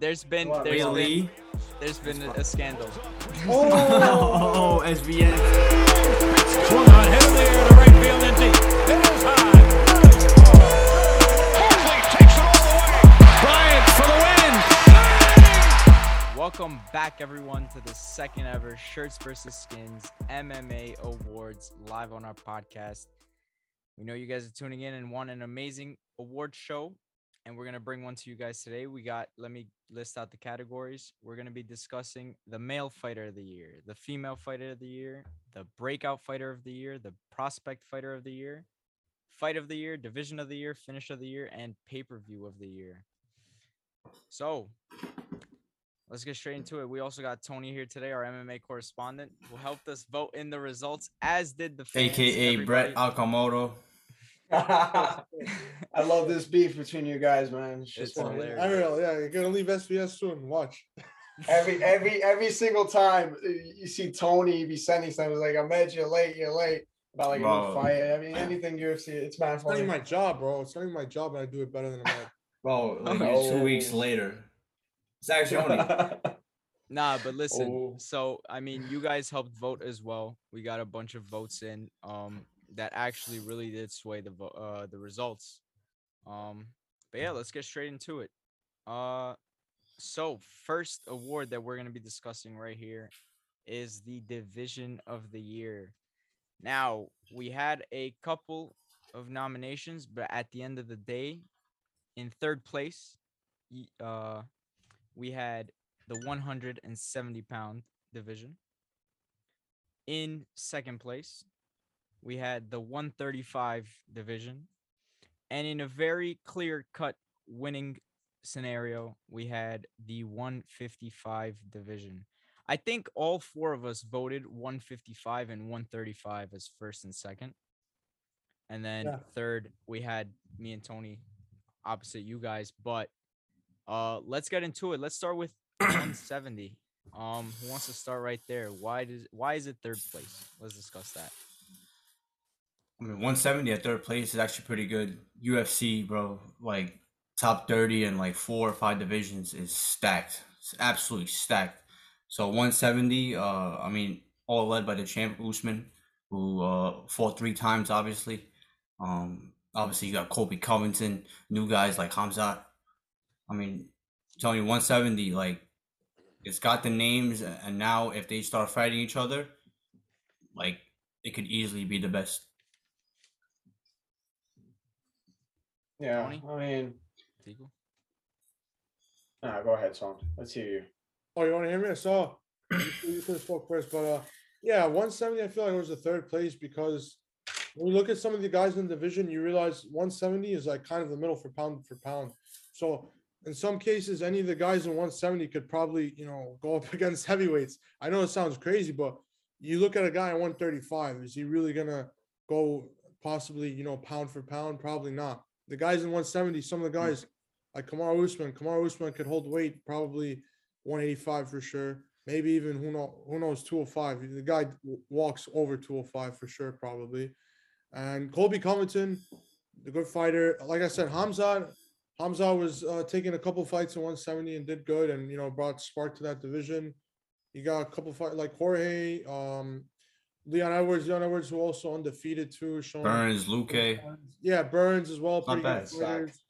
there's been What, there's been, Really? there's been a, a scandal. Oh, SVN. Swung on, hit in the air to right field and deep. It is high. Horsley takes it all the way. Bryant for the win. Welcome back, everyone, to the second ever Shirts versus Skins MMA Awards live on our podcast. We know you guys are tuning in and want an amazing award show, and we're gonna bring one to you guys today. We got. Let me list out the categories. We're gonna be discussing the male fighter of the year, the female fighter of the year, the breakout fighter of the year, the prospect fighter of the year, fight of the year, division of the year, finish of the year, and pay per view of the year. So, Let's get straight into it. We also got Tony here today, our MMA correspondent, who helped us vote in the results, as did the fans. AKA Brett everybody. Alcomoto. I love this beef between you guys, man. It's just It's funny. hilarious. I don't know. Yeah, you're gonna leave SBS soon. Watch. every every every single time uh, you see Tony be sending something like, "I'm mad you're late, you're late." About like a Bro. new fight. I mean, anything UFC, it's man It's not even funny. my job, bro. It's not even my job, and I do it better than a man. Bro, like Oh. two weeks later. It's actually only Nah, but listen. Oh. So I mean, you guys helped vote as well. We got a bunch of votes in um, that actually really did sway the vo- uh, the results. Um, but yeah, let's get straight into it. Uh, so first award that we're gonna be discussing right here is the division of the year. Now we had a couple of nominations, but at the end of the day, in third place, y- uh, we had the 170 pound division. In second place, we had the 135 division. And in a very clear cut winning scenario, we had the 155 division. I think all four of us voted 155 and 135 as first and second. And then Yeah. third, we had me and Tony opposite you guys. But uh let's get into it. Let's start with 170. Um, who wants to start right there? Why does why is it third place? Let's discuss that. I mean, 170 at third place is actually pretty good. UFC, bro, like top 30 and like four or five divisions is stacked. It's absolutely stacked. So 170, uh, I mean, all led by the champ Usman, who uh, fought three times, obviously. Um, obviously, you got Colby Covington, new guys like Hamzat. I mean, I'm telling you, 170, like, it's got the names, and now if they start fighting each other, like, it could easily be the best yeah, Tony? I mean, Legal? nah, go ahead, Tom. Let's hear you. Oh, you want to hear me? I saw you, you could have spoke first, but uh, yeah, 170. I feel like it was the third place because when you look at some of the guys in the division, you realize 170 is like kind of the middle for pound for pound. So in some cases, any of the guys in 170 could probably you know go up against heavyweights. I know it sounds crazy, but you look at a guy at 135. Is he really gonna go possibly you know pound for pound? Probably not. The guys in 170, some of the guys like Kamar Usman, Kamar Usman could hold weight probably 185 for sure. Maybe even who know who knows 205. The guy w- walks over 205 for sure, probably. And Colby Covington, the good fighter. Like I said, Hamza, Hamza was uh, taking a couple fights at 170 and did good, and you know brought spark to that division. You got a couple fight like Jorge, um, Leon Edwards, Leon Edwards, who also undefeated too, showing Burns, Luque. yeah, Burns as well. Not Pretty good bad. fighters.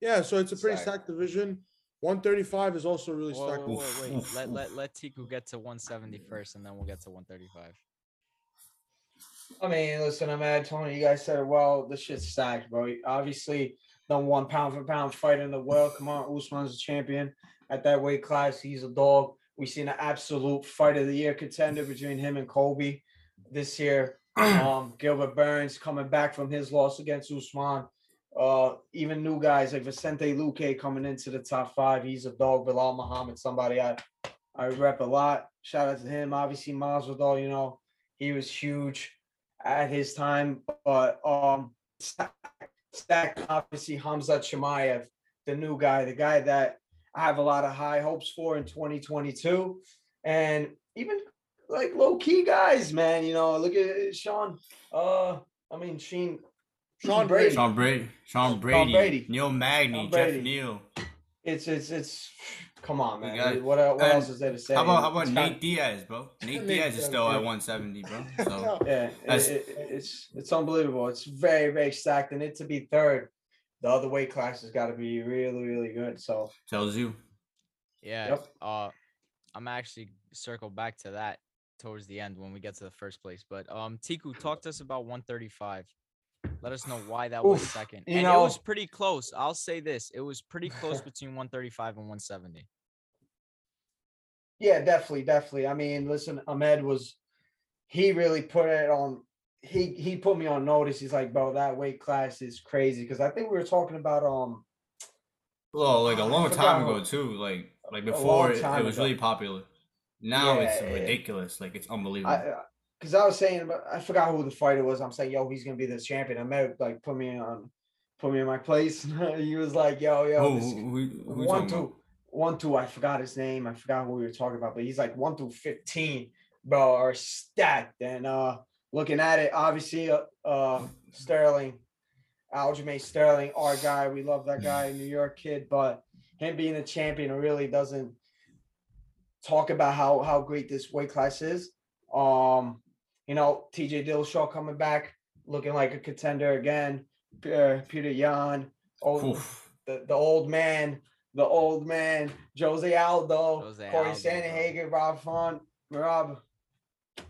Yeah, so it's a pretty Stacked. stacked division. 135 is also really Whoa, stacked. whoa, whoa, Oof, wait. oof, Let, oof. let let Tiku get to 170 first and then we'll get to 135. I mean, listen, I'm mad, Tony. You guys said it well. This shit's stacked, bro. Obviously, number one pound for pound fighter in the world. Come on, Usman's a champion at that weight class. He's a dog. We've seen an absolute fight of the year contender between him and Kobe this year. Um, Gilbert Burns coming back from his loss against Usman. Uh, even new guys like Vicente Luque coming into the top five. He's a dog. Bilal Muhammad, somebody I I rep a lot. Shout out to him. Obviously, Masvidal, you know, he was huge at his time, but um, stack, stack obviously Hamza Chimaev, the new guy, the guy that I have a lot of high hopes for in 2022, and even like low key guys, man. You know, look at Sean. Uh, I mean Sheen. Sean Brady. Sean Brady, Sean Brady, Brady. Neil Magny, Sean Jeff Brady. Neal. It's it's it's Come on, We man. got it. What, el- what And else is there to say? How about how It's about got- Nate Diaz, bro? Nate Nate Diaz is Diaz, still at yeah. 170, bro. So Yeah, it, That's- it, it's it's unbelievable. It's very very stacked, and it to be third, the other weight class has got to be really really good. So tells you. Yeah. Yep. Uh, I'm actually circle back to that towards the end when we get to the first place. But um, Tiku, talk to us about 135. Let us know why that was Oof, second. you And it was know- pretty close. I'll say this: it was pretty close between 135 and 170. yeah, definitely, definitely. I mean, listen, Ahmed was he really put it on. He he put me on notice. He's like, bro, that weight class is crazy because I think we were talking about um Well, like a Oh, I long forgot time how- ago too. Like like long before, it, time it was ago. really popular. Now it's Yeah. ridiculous. Like it's unbelievable. I because I was saying about- I forgot who the fighter was. I'm saying, yo, he's gonna be the champion. Ahmed like put me on put me in my place. he was like, yo, yo, who, this- who, who, who you one talking about? two one two i forgot his name i forgot what we were talking about but he's like one through 15 bro are stacked and uh looking at it obviously uh, uh sterling Aljamain sterling our guy we love that Mm. guy new york kid but him being a champion really doesn't talk about how how great this weight class is um you know tj dillashaw coming back looking like a contender again uh, peter yan oh Oof. the, the old man, the old man, Jose Aldo, Jose Corey Aldo, bro. Sandhagen, Rob Font, Rob,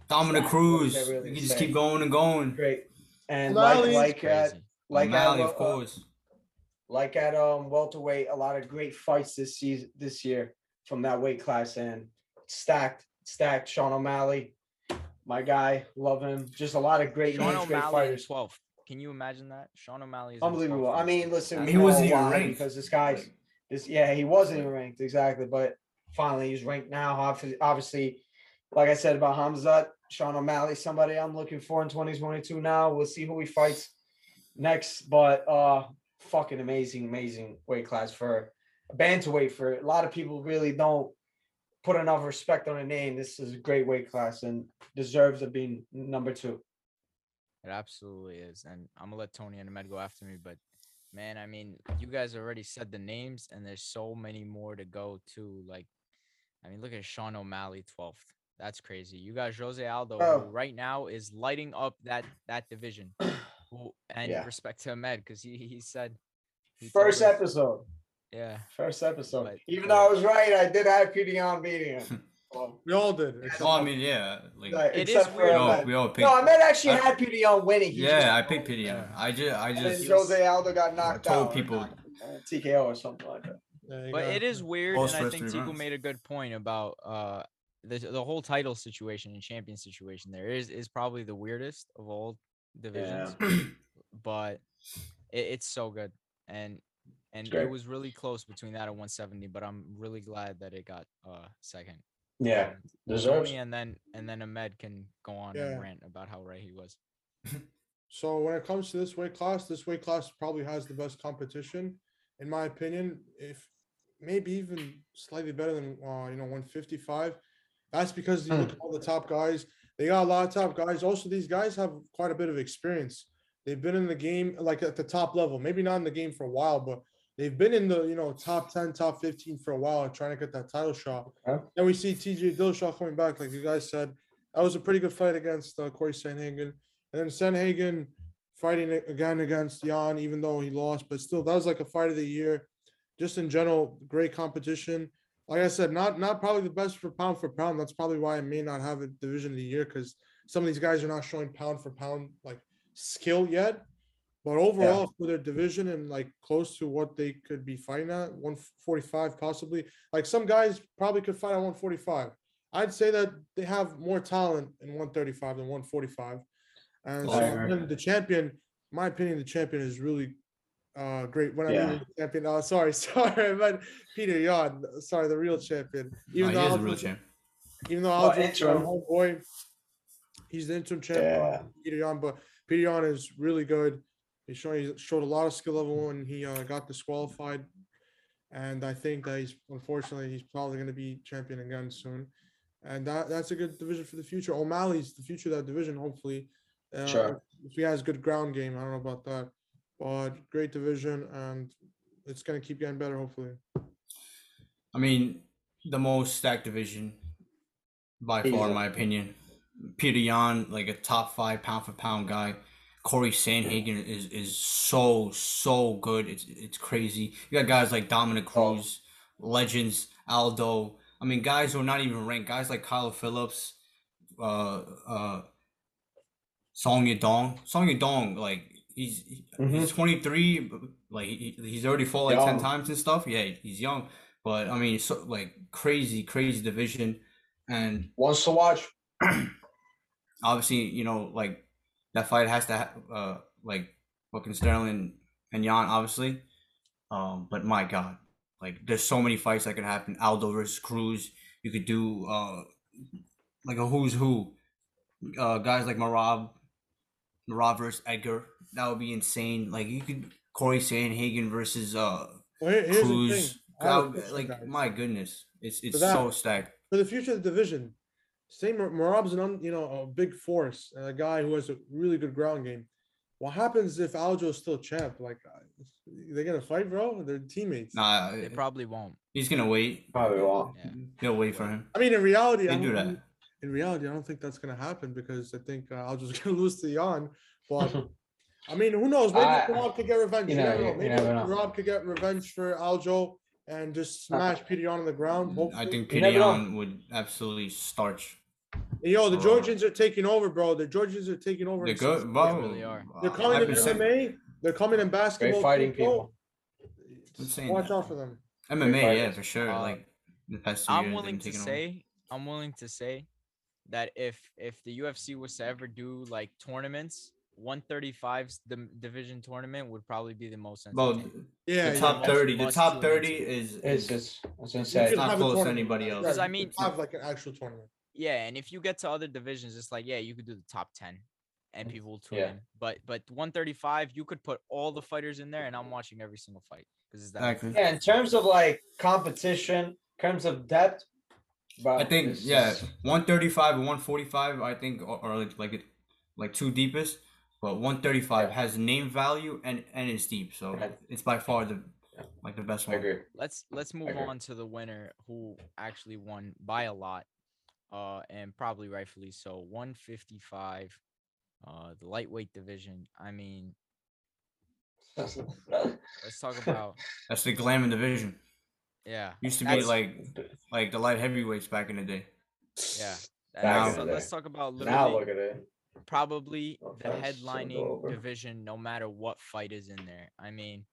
Dominic What Cruz. did I really you can just say? keep going and going. great, and O'Malley's like uh, like at Crazy. like O'Malley, at, of uh, course. like at um welterweight, a lot of great fights this season this year from that weight class and stacked, stacked. Sean O'Malley, my guy, love him. Just a lot of great Sean names, great O'Malley in fighters. 12th. Can you imagine that? Sean O'Malley is in 12th Unbelievable. in I this mean, league. listen, That's we He know wasn't even why, ranked. because this guy's Like, This yeah, he wasn't even ranked exactly, but finally he's ranked now. Obvi- Obviously, like I said about Hamzat, Sean O'Malley, somebody I'm looking for in 2022 now. We'll see who he fights next, but uh fucking amazing, amazing weight class for a bantamweight. for a lot of people really don't put enough respect on a name. This is a great weight class and deserves of being number two. It absolutely is. And I'm gonna let Tony and Ahmed go after me, but man, I mean, you guys already said the names, and there's so many more to go to. Like, I mean, look at Sean O'Malley, 12th. That's crazy. You got Jose Aldo, Oh. who right now is lighting up that that division. Who- and Yeah. respect to Ahmed because he he said he told First us- episode. Yeah, First episode. But- Even though I was right, I did have PDR beating him. Well, We all did. except- well, I mean, yeah. Like like, It is except for we weird, all, Ahmed. we all picked. No, I meant actually I- had Petey on winning. He yeah, I just, picked Pidion. I just, I And just. then Jose Aldo got knocked told out. or people- knocked- uh, TKO or something like that. Yeah, you but got it is weird, Lost and I first think three Tico rounds. made a good point about uh the the whole title situation and champion situation. There is is probably the weirdest of all divisions, but it, it's so good, and and great. it was really close between that and 170. But I'm really glad that it got uh second. Yeah, Um, deserves. Tony and then and then Ahmed can go on Yeah. and rant about how right he was. So when it comes to this weight class, this weight class probably has the best competition, in my opinion. If maybe even slightly better than uh, you know 155. That's because you look at all the top guys. They got a lot of top guys. Also, these guys have quite a bit of experience. They've been in the game like at the top level. Maybe not in the game for a while, but they've been in the you know top 10, top 15 for a while and trying to get that title shot. Okay. Then we see TJ Dillashaw coming back, like you guys said. That was a pretty good fight against uh, Corey Sanhagen. And then Sanhagen fighting a- again against Jan, even though he lost, but still that was like a fight of the year. Just in general, great competition. Like I said, not not probably the best for pound for pound. That's probably why I may not have a division of the year because some of these guys are not showing pound for pound like skill yet. But overall, for their division and like close to what they could be fighting at, 145 possibly. Like some guys probably could fight at 145. I'd say that they have more talent in 135 than 145. And I so agree. then the champion, in my opinion, the champion is really uh great. When I Yeah. mean the champion, oh sorry, sorry, I meant Peter Yan. Sorry, the real champion. No, Even he though is a Aldo- real champ. even though Well, Aldo is my interim. homeboy, he's the interim champ. Yeah. uh, Peter Yan, but Peter Yan is really good. He showed, he showed a lot of skill level when he uh, got disqualified, and I think that he's unfortunately he's probably going to be champion again soon, and that that's a good division for the future. O'Malley's the future of that division, hopefully. Uh, Sure. If he has good ground game, I don't know about that, but great division, and it's going to keep getting better, hopefully. I mean, the most stacked division by far, in Easily. my opinion. Peter Yan, like a top five pound for pound guy. Corey Sanhagen is is so so good. It's it's crazy. You got guys like Dominic Oh. Cruz, legends Aldo. I mean, guys who are not even ranked. Guys like Kyle Phillips, uh, uh, Song Yadong. Song Yadong, like he's he- he's 23, b- like he, he- he's already fought like 10 Young. times and stuff. Yeah, he's young, but I mean, so like crazy, crazy division, and Wants to watch. obviously, you know, like that fight has to ha- uh like fucking Sterling and Jan, obviously. Um, but my God, like there's so many fights that could happen. Aldo versus Cruz. You could do uh like a who's who. Uh, guys like Marab, Marab versus Edgar. That would be insane. Like you could Corey Sanhagen versus uh Well, here- here's the thing. Cruz. I have a That would- question, like guys. my goodness, it's it's that- so stacked. for the future of the division, say Mar- Marab's an un, you know a big force and a guy who has a really good ground game. What happens if Aljo's still champ? Like, uh, they're gonna fight, bro. They're teammates. Nah, They probably won't. he's gonna wait. Probably won't. Yeah. He'll wait for him. I mean, in reality, I They do that. don't think- In reality, I don't think that's gonna happen because I think uh, Aljo's gonna lose to Jan. But I mean, who knows? Maybe I- Rob could get revenge. you You know, never know. you- you Maybe never know. Rob could get revenge for Aljo and just Uh, smash Peter Yan on the ground. Mm, I hopefully. think You never know. Pinion would absolutely starch. Yo, the Right. Georgians are taking over, bro. The Georgians are taking over. They're in South good, They bro. really are. They're Uh, coming in 100%. MMA. They're coming in basketball. too, fighting bro. people. I'm Just saying Watch that. out for them. MMA, yeah, fighters. for sure. Uh, like the past two I'm years, they've willing been to taking over. say, I'm willing to say that if if the UFC was to ever do like tournaments, 135's the division tournament would probably be the most. Bro, entertaining. Yeah, the yeah. top Much- thirty, the much top too thirty limited. is It's is- just it's You it's should insane. not have a close to tournament. anybody else. Yeah, 'Cause I you mean- should have like an actual tournament. Yeah, and if you get to other divisions, it's like yeah, you could do the top ten, and people will tune Yeah. in. But but 135, you could put all the fighters in there, and I'm watching every single fight because it's that. Exactly. Yeah, in terms of like competition, in terms of depth, bro, I think this yeah, is- one thirty five and one forty five. I think are, are like like it- like two deepest, but one thirty five has name value and and it's deep, so Yeah. it's by far the like the best I one. agree. Let's let's move agree. on to the winner who actually won by a lot, uh, and probably rightfully so. 155, uh, the lightweight division. I mean, let's talk about That's the glamour division. yeah, Used to be That's- like like the light heavyweights back in the day. yeah. that- Now let's look talk- at let's it. talk about now literally look at it. probably Well, the Oh, that's so headlining dope. division, no matter what fight is in there. I mean,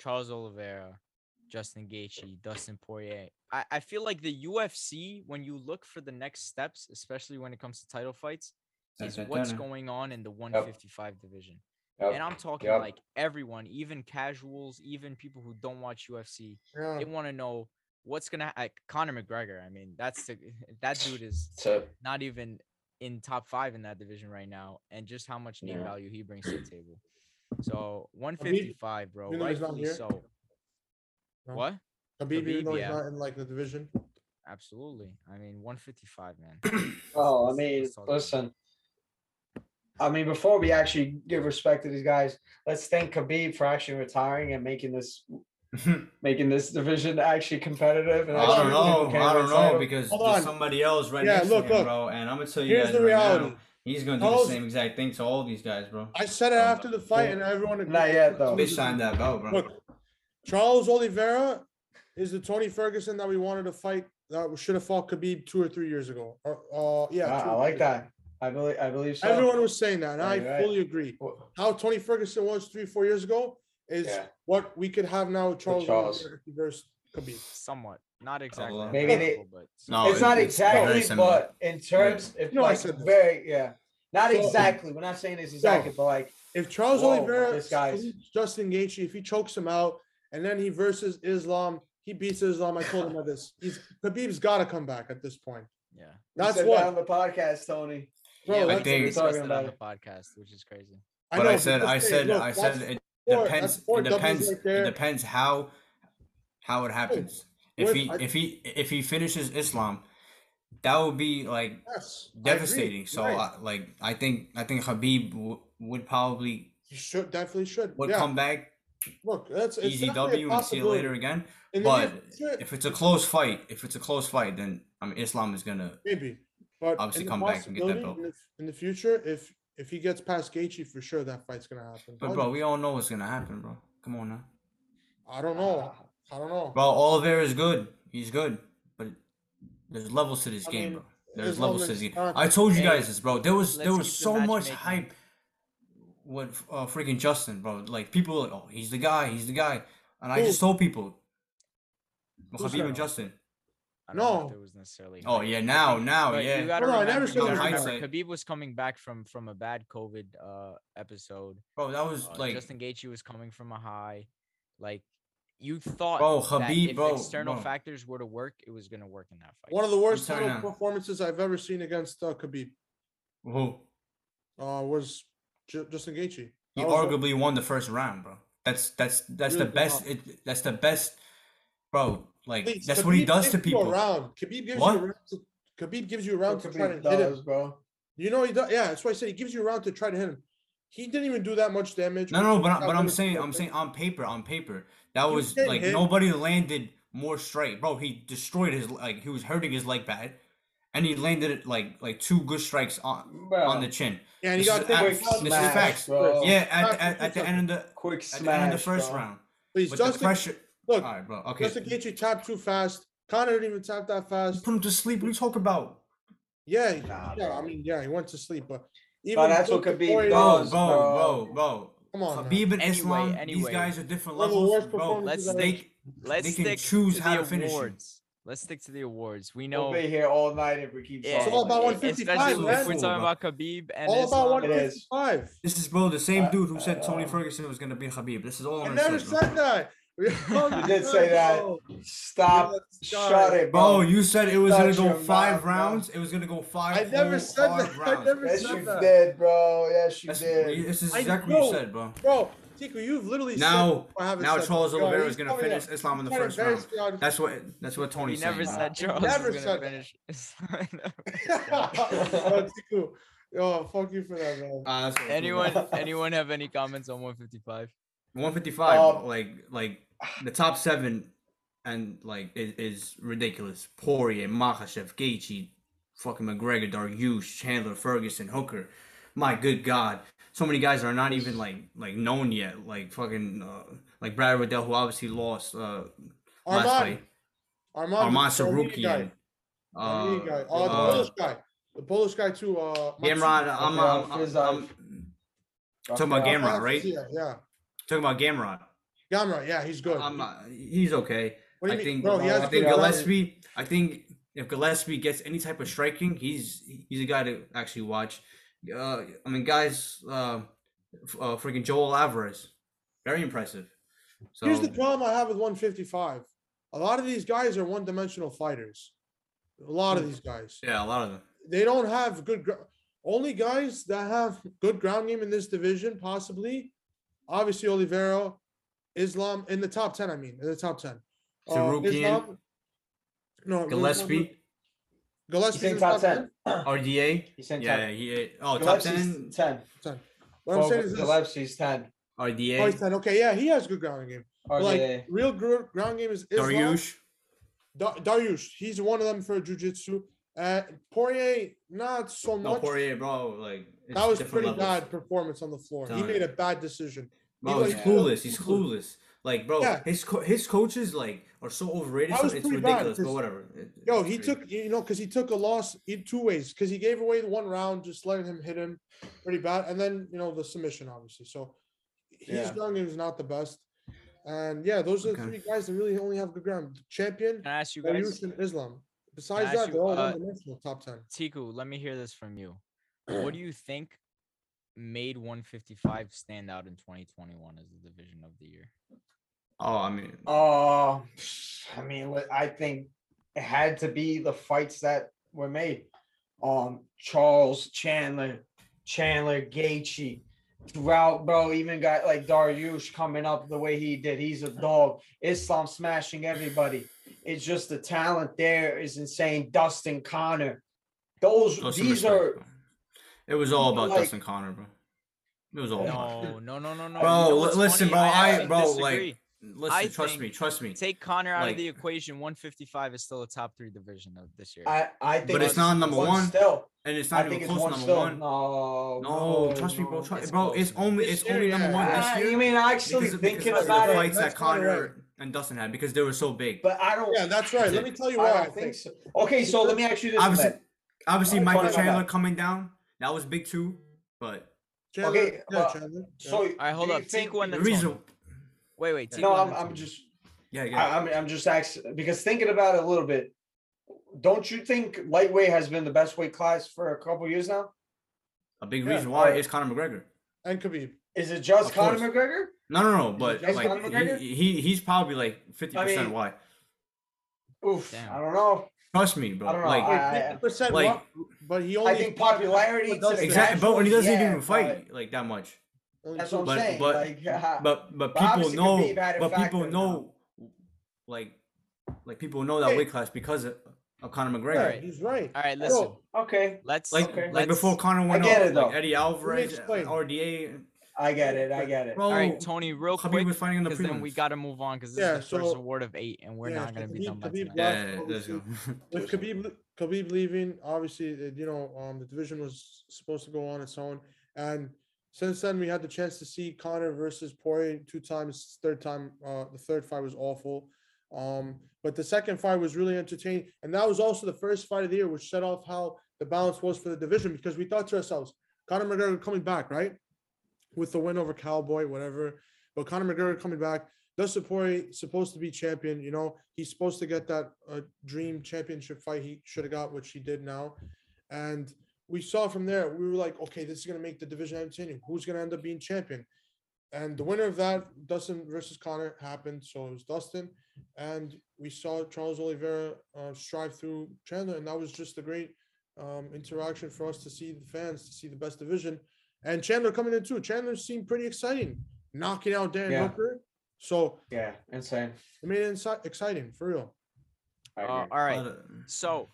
Charles Oliveira, Justin Gaethje, Dustin Poirier. I, I feel like the UFC, when you look for the next steps, especially when it comes to title fights, Dun, is dun, what's dun. going on in the 155 division. Yep. And I'm talking Yep. like everyone, even casuals, even people who don't watch UFC, Yeah. they want to know what's gonna. Like Conor McGregor, I mean, that's the that dude is So not even in top five in that division right now, and just how much name Yeah. value he brings to the table. So 155, bro, even though he's not rightfully here? so. No. What? Khabib, even Khabib, though he's yeah. not in like the division. Absolutely. I mean, 155, man. Oh, I Let's- mean, let's talk about it. listen. I mean, before we actually give respect to these guys, let's thank Khabib for actually retiring and making this making this division actually competitive. And I don't actually know. people can I don't retire. know because Hold there's on. somebody else right Yeah, next look, to him, look. bro. And I'm gonna tell you Here's guys the right reality. now, he's gonna do Charles- the same exact thing to all these guys, bro. I said it Um, after the fight, and everyone. agreed. Not yet, though. Bitch signed that belt, bro. Look, Charles Oliveira is the Tony Ferguson that we wanted to fight. That we should have fought Khabib two or three years ago. Or, uh, yeah, Yeah, two I or like three. that. I believe. I believe so. Everyone was saying that, and I Right, right. fully agree. How Tony Ferguson was three, four years ago is Yeah. what we could have now. With Charles, Charles. Oliveira versus Khabib. Somewhat. Not exactly. uh, at Maybe that they- level, but No, it's not Oh, it- very exactly, similar. but in terms, if No, I like said that. very, yeah, not So- exactly. We're not saying it's exactly, but like If Charles Whoa, Oliveira, this guy's- beats Justin Gaethje, if he chokes him out, and then he versus Islam, he beats Islam. I told him about this. He's Khabib's got to come back at this point. yeah. we That's said that on what the podcast, Tony. Bro, yeah, I we think- did discuss Talking it on the about podcast, which is crazy. But I know, said, because I hey, said, look, I that's- said, it four- depends. that's four It W's depends. right It there. depends how how it happens. If with- he I- if he if he finishes Islam, that would be like Yes, I agree. devastating. So Right. I, like I think I think Habib w- would probably you should definitely should. would yeah, come back look, that's it's easy definitely a W and see you later possibility. again. in the near But future, if it's a close fight, if it's a close fight, then I mean Islam is gonna. maybe. But in obviously the come back and get that possibility, belt. In the, in the future, if if he gets past Gaethje, for sure that fight's gonna happen. But bro, we all know what's gonna happen, bro. Come on now. I don't know. I don't know. Bro, Oliveira is good. He's good, but there's levels to this I game, mean, bro. There's as levels long to as this game. not- I told you Hey, guys this, bro. There was there let's was keep the so much matchmaking. hype with uh, freaking Justin, bro. Like people were like, oh, he's the guy, he's the guy, and I Who? just told people. Who's Khabib that? and Justin. I don't know No. if it was necessarily. Oh hype. yeah, now now But yeah. You gotta Hold on, I remember, you never said gotta it was remember hype. Khabib was coming back from from a bad COVID uh episode. Bro, that was Uh, like Justin Gaethje was coming from a high. Like you thought, Bro, that Oh, Khabib, if bro, external bro. factors were to work, it was gonna work in that fight. One of the worst telling title you. performances I've ever seen against uh, Khabib who uh, was J- Justin Gaethje. he That was the- arguably won the first round, bro. That's that's that's the Really good best. It, that's the best, bro. Like Please, that's what he Khabib does to gives you a people. round. Khabib gives What? you a round. To, Khabib gives you a round to Look try at to these hit him. dollars, bro. You know he does. Yeah, that's why I said he gives you a round to try to hit him. He didn't even do that much damage. No, no, but, I- Not but I'm really saying, sure, I'm but- saying on paper, on paper, that You was can like hit. nobody landed more straight, bro. He destroyed his like he was hurting his leg bad, and he landed it like like two good strikes on on the Bro, chin. Yeah, and he This got is hit ab- by quick this is Justin. facts. smash, Oh, bro. Yeah, at, Not at, good at the end of the Quick at the end of smash, the first bro. round, Please, but the Justin. pressure. look, All right, bro. Okay, Justin Gaethje tapped too fast. Connor didn't even tap that fast. put him to sleep. What are you talking about? Yeah, he- Nah, yeah. I bro. mean, yeah, he went to sleep, but even But that's what Justin Khabib Poirier- Bro, does, bro, bro. bro, bro. Come on, man. Khabib and Anyway, Islam, these anyway. guys are different One of the levels, worst bro. performances I've they, ever Let's they stick can choose to how the to finish you. awards. Let's stick to the awards. We know We'll be here all night if we keep. Yeah, It's all about talking. 155, especially man. if we're Cool, talking bro. about Khabib and uh, all Islam. about It is. 155. This is bro, the same Uh, dude who said Tony uh, Ferguson was gonna be Khabib. This is all I I'm never gonna say, said that. you You did say that. Stop. Shut bro. it, Bro, bro. you said it was Shut gonna go your five mouth, bro. rounds. It was gonna go five. I never whole said hard that. I rounds. never Yes, said you that. did, bro. Yes, you That's- did. this is I exactly what you know. said, bro. Bro, Tiku, you've literally said- Now- I haven't Now said Charles that. Yo, Oliveira he's is gonna coming finish up. Islam in the Trying to first round. embarrass me on- That's what that's what We Tony's never saying. said You Charles never was gonna said that. finish. Islam. Yo, Tiku, yo, fuck you for that, man. Uh, that's what- anyone, anyone have any comments on 155? 155 Um, like like the top seven and like is, is ridiculous Poirier Makhachev Gaethje fucking McGregor Dariush Chandler Ferguson Hooker my good god so many guys are not even like like known yet like fucking uh, like Brad Riddell who obviously lost uh last Armand, fight Armand, Arman the Armenian Sarukian guy, uh, Armenian guy. Uh, the uh, Polish guy, the Polish guy too. Uh, Gamrod Maksym- I'm, uh, I'm, I'm, Fiziev. I'm- Talking about Rafael. Gamrot, right? Yeah, yeah, talking about Gamrod Gamrot. Yeah, he's good. I'm not, he's okay what do I you mean, think, bro? He has I good think good balance. Gillespie. I think if Gillespie gets any type of striking, he's he's a guy to actually watch. Uh, I mean, guys, uh, f- uh, freaking Joel Alvarez, very impressive. So Here's the problem I have with 155. A lot of these guys are one-dimensional fighters. A lot of these guys. Hmm. yeah, a lot of them. They don't have good. Gr- only guys that have good ground game in this division, possibly, obviously Oliveira, Islam in the top ten. I mean, in the top ten. Uh, Sarukian, no, Islam- Gillespie, Gillespie. He's in top ten. RDA. He's in top. Yeah, yeah. Oh, top ten. Gillespie's ten. What I'm saying is this. Gillespie's ten. Oh, RDA. he's 10. Okay, yeah, he has good ground game. But, like RDA. real gr- ground game is Islam. Dariush. Da- Dariush. He's one of them for jujitsu. Uh, Poirier, not so No, much. oh, Poirier, bro. Like it's that was different pretty levels. bad performance on the floor. He Done. made a bad decision. Bro, he's like- clueless. He's clueless. Like, bro, Yeah. his co- his coaches like are so overrated. That So was it's pretty bad, ridiculous. But 'cause- whatever. It- Yo, it's he crazy. took you know because he took a loss in two ways because he gave away the one round, just letting him hit him pretty bad, and then you know the submission obviously. So his Yeah. ground game is not the best. And yeah, those are the Okay. three guys that really only have good ground. Champion, Can I ask you guys? Dariush, and Islam. Besides ask that, you, they're all uh, one-dimensional top ten. Tiku, let me hear this from you. What do you think made 155 stand out in 2021 as the division of the year? Oh, I mean, Uh, I mean, li- I think it had to be the fights that were made. Um, Charles Chandler, Chandler Gaethje, throughout, bro. Even got like Dariush coming up the way he did. He's a dog. Islam smashing everybody. It's just the talent there is insane. Dustin Connor. Those show some these respect, are bro. It was all about like- Dustin Connor, bro. It was all. about No, no, no, no, no. Bro, You know li- what's listen, funny? bro, I- actually bro, like- disagree. Listen, I trust think- me, trust me. Take Connor out Like- of the equation. 155 is still a top three division of this year. I, I think But it's not number one's one, still. and it's I not think even it's close to one number still. one. No, No, trust me, bro. no. Trust, It's bro, close, it's only This it's only year, number one yeah. this I, year. you mean actually because, thinking because of about the it, fights that's that not Connor right. and Dustin had because they were so big. but I don't. Yeah, that's right. Let me tell you why. I I don't think so. Okay, so let me ask you this. obviously, Matt. obviously I'm Michael talking about Chandler that. coming down that was big too. But Chandler, Okay, yeah, well, Chandler, yeah. So, right, hold do up. you think- Tico and the That's reason, all. wait, wait. Tico No, and I'm, that's I'm all. just. yeah, yeah, I, I'm, I'm just asking because thinking about it a little bit. Don't you think lightweight has been the best weight class for a couple years now? a big Yeah, reason why or- is Conor McGregor. and Khabib. Is it just Of Conor course. McGregor? No, no, no. it But just like Conor McGregor? he, he he's probably like fifty I percent mean- why. Oof, Damn. I don't know. Trust me, bro. I don't know, Like I- I- percent like- but he only I think popularity. But does to the exactly, but when he casuals, doesn't yeah, even but fight like that much. only That's two- what I'm But- saying. but- like, yeah. But but But people obviously know, Khabib had a but people factor, know, like like people know that Hey. weight class because of, of Conor McGregor. yeah, right. he's right. All right, listen. Bro, Okay, Let's Like Okay. like let's- before Conor went get up, it, like though. Eddie Alvarez, uh, explain. RDA, I get it. I get it. bro. All right, Tony, real Khabib quick, was fighting in the because then we prelims. got to move on because this Yeah, is the first so- award of eight, and we're yeah, not so gonna be Khabib- done by Khabib tonight. lost, Yeah, let's obviously. go. with Khabib, Khabib leaving, obviously, uh, you know, um, the division was supposed to go on its own, and since then we had the chance to see Connor versus Poirier two times. Third time, uh, the third fight was awful, um, but the second fight was really entertaining, and that was also the first fight of the year, which set off how the balance was for the division because we thought to ourselves, Conor McGregor coming back, right, with the win over Cowboy, whatever, but Conor McGregor coming back. Dustin Poirier supposed to be champion. You know, he's supposed to get that uh, dream championship fight he should have got, which he did now. And we saw from there, we were like, okay, this is gonna make the division entertaining. Who's gonna end up being champion? And the winner of that, Dustin versus Connor, happened. So it was Dustin, and we saw Charles Oliveira uh, strive through Chandler, and that was just a great um, interaction for us to see the fans to see the best division. And Chandler coming in too. Chandler seemed pretty exciting, knocking out Dan Yeah. Hooker. So Yeah, insane. it made it insi- exciting for real. I Uh, agree. all right, But, uh, So,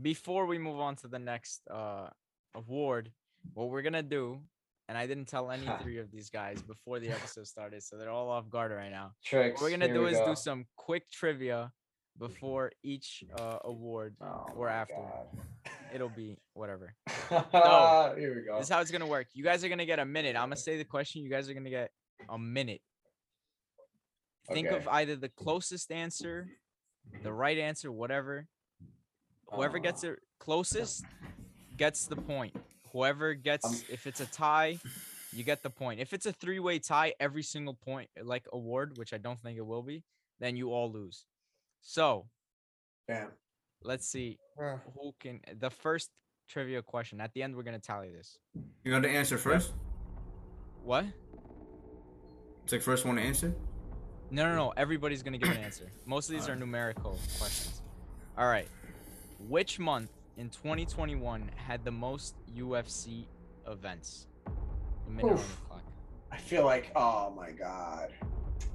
before we move on to the next uh, award, what we're gonna do, and I didn't tell any three of these guys before the episode started, so they're all off guard right now. Tricks. What we're gonna here do we is go. do some quick trivia before each uh, award. Oh We're my after. It'll be whatever. God. Here we go. This is how it's gonna work. You guys are gonna get a minute. I'm gonna say the question. You guys are gonna get a minute. Think of Okay. either the closest answer, the right answer, whatever. Whoever gets Uh, it closest gets the point. Whoever gets, I'm- if it's a tie, you get the point. If it's a three-way tie, every single point, eh, like award, which I don't think it will be, then you all lose. So Damn. let's see Yeah. who can. The first trivia question. At the end, we're gonna tally this. you got to answer first. What? It's like first one to answer. No, no, no. Everybody's gonna give an answer. Most of these are Alright. numerical questions. All right. Which month in 2021 had the most UFC events? A minute on Oof. the clock. I feel like, oh my God.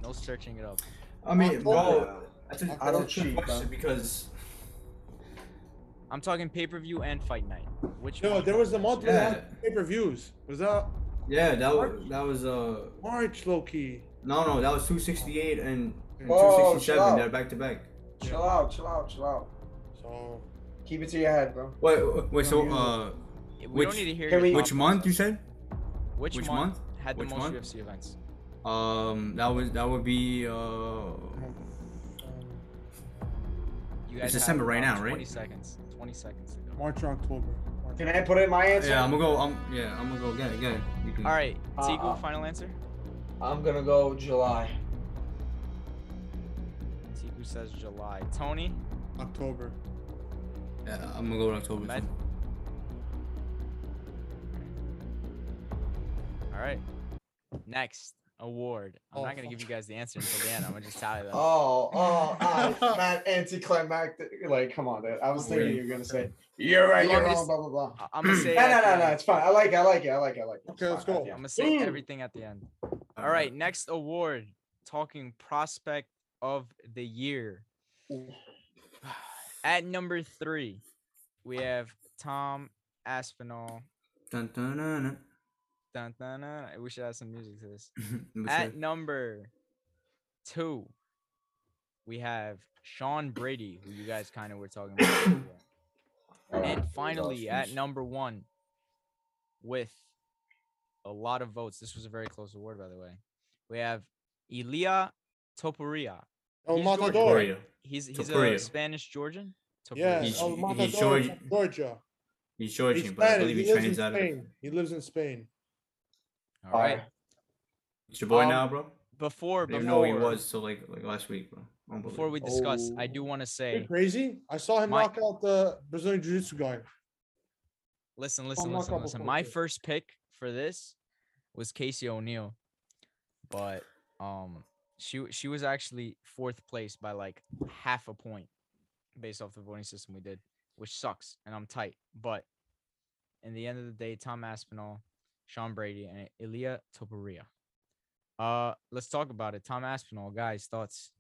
No searching it up. I mean, bro, that's a, I don't cheat, bro. because I'm talking pay per view and fight night. Which Yo, month? there was the month where Yeah. yeah. pay per views. Was that yeah, that was that was uh March, low key? no no that was two sixty eight and Oh, Whoa, two sixty seven. chill They're out. back to back. Chill out, chill out, chill out. So Keep it to your head, bro. Wait wait, wait so you- uh We which- don't need to hear Can your we- thought which month you process. said? Which, which month, month? had the Which most month? UFC events? Um, that was that would be uh. um, You It's have December right about now, right? 20 seconds. 20 seconds to go. March or October. Can I put in my answer? Yeah, I'm gonna go. I'm yeah, I'm gonna go again. Again. You can, All right, Uh, Tiku, uh, final answer. I'm gonna go July. Tiku says July. Tony, October. Yeah, I'm gonna go in October. Med- too. All right. Next award. I'm Oh, not gonna give you guys the answer until the end. I'm gonna just tally them. Oh, oh, ah, Matt, anticlimactic. Like, come on, dude. I was thinking you were gonna say you're right, You you're want me to wrong, blah blah blah. I'm gonna say. No, no, at the no, no. end. It's fine. I like it. I like it. I like it. I like it. Okay, let's go. I'm gonna say Ooh. everything at the end. All Uh-huh. right, next award. Talking prospect of the year. At number three, we have Tom Aspinall. Dun, dun, dun, dun. Dun, dun, dun. We should add some music to this. We At should- number Two, we have Sean Brady, who you guys kind of were talking about. earlier. And finally, at number one, with a lot of votes, this was a very close award, by the way. We have Elia Topuria. El He's Matador. Victoria. He's he's a Topuria. Spanish Georgian. Yeah, He's- El he's Matador Georgi- from Georgia. He's He's Georgian, but I Spanish. believe He he lives in trains out of. Spain. He lives in Spain. All right. It's your boy Um, now, bro. Before I didn't know before, who he was till like like last week, bro. before we Unbelievable. discuss, I Oh. do want to Are you say, crazy? I saw him My- knock out the Brazilian Jiu-Jitsu guy. listen, listen, knock listen, out listen. before My too. first pick for this was Casey O'Neill, but um, she she was actually fourth place by like half a point, based off the voting system we did, which sucks, and I'm tight. But in the end of the day, Tom Aspinall, Sean Brady, and Ilya Topuria. Uh, let's talk about it. Tom Aspinall, guys, thoughts,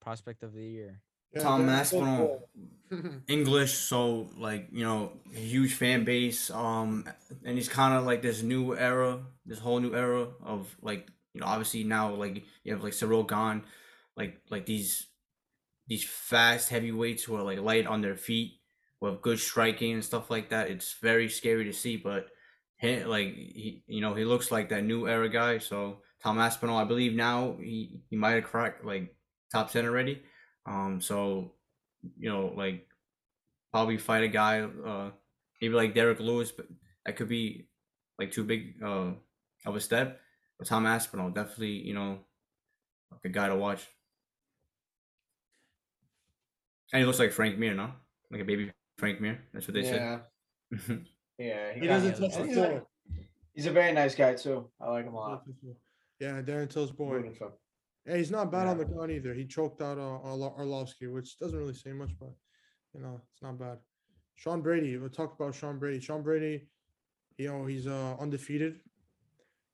prospect of the year. Yeah, Tom they're so Aspinall, cool. English, so like you know, huge fan base. Um, and he's kind of like this new era, this whole new era of like you know, obviously now like you have like Cyril gone, like like these these fast heavyweights who are like light on their feet, who have good striking and stuff like that. It's very scary to see, but he, like he, you know, he looks like that new era guy. So Tom Aspinall, I believe now he he might have cracked like top ten already. Um, so you know, like probably fight a guy, uh, maybe like Derek Lewis, but that could be like too big uh of a step. But Tom Aspinall, definitely, you know, like a guy to watch. And he looks like Frank Mir, no? Like a baby Frank Mir. That's what they yeah, said. yeah. He got doesn't it. touch the He's a- floor. He's a very nice guy too. I like him a lot. Yeah, Darren Till's boy. Rooting for him. Yeah, he's not bad on Yeah. the ground either. He choked out uh, Arlo- Arlovsky, which doesn't really say much, but you know it's not bad. Sean Brady. We'll talk about Sean Brady. Sean Brady, you know he's uh, undefeated.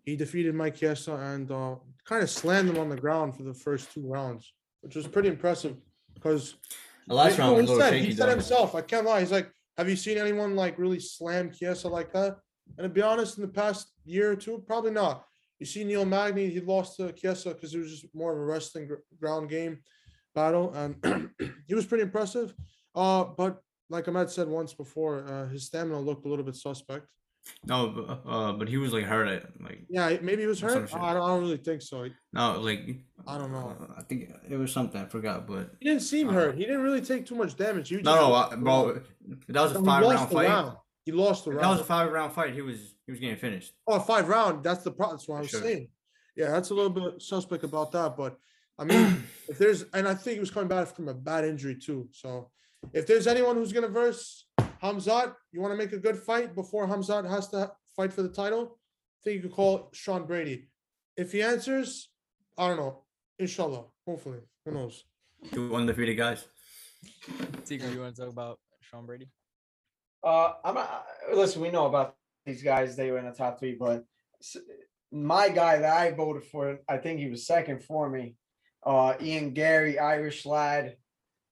He defeated Mike Chiesa and uh, kind of slammed him on the ground for the first two rounds, which was pretty impressive because the last Yeah, round no, was a he little said, shaky he said though. himself, I can't lie. He's like, have you seen anyone like really slam Chiesa like that? And to be honest, in the past year or two, probably not. You see Neil Magny, he lost to Chiesa because it was just more of a wrestling gr- ground game battle. And he was pretty impressive. Uh, but like Ahmed said once before, uh, his stamina looked a little bit suspect. No, but, uh, but he was like hurt at like Yeah, maybe he was Some hurt. shit. I don't, I don't really think so. He no like I don't know. uh, I think it was something I forgot, but he didn't seem Uh-huh. hurt. He didn't really take too much damage. He was no, just- no, I- bro, that was a He five lost round the fight. round. He lost the If round. That was a five round fight. He was he was getting finished. Oh, five round. That's the problem. That's what I'm Sure. saying. Yeah, that's a little bit suspect about that. But I mean, if there's, and I think he was coming back from a bad injury too. So if there's anyone who's going to verse Hamzat, you want to make a good fight before Hamzat has to fight for the title, I think you could call Sean Brady. If he answers, I don't know. Inshallah. Hopefully. Who knows? Two undefeated guys. Tigger, you want to talk about Sean Brady? Uh, I'm not, listen. We know about these guys; they were in the top three. But s- my guy that I voted for, I think he was second for me. Uh, Ian Gary, Irish lad.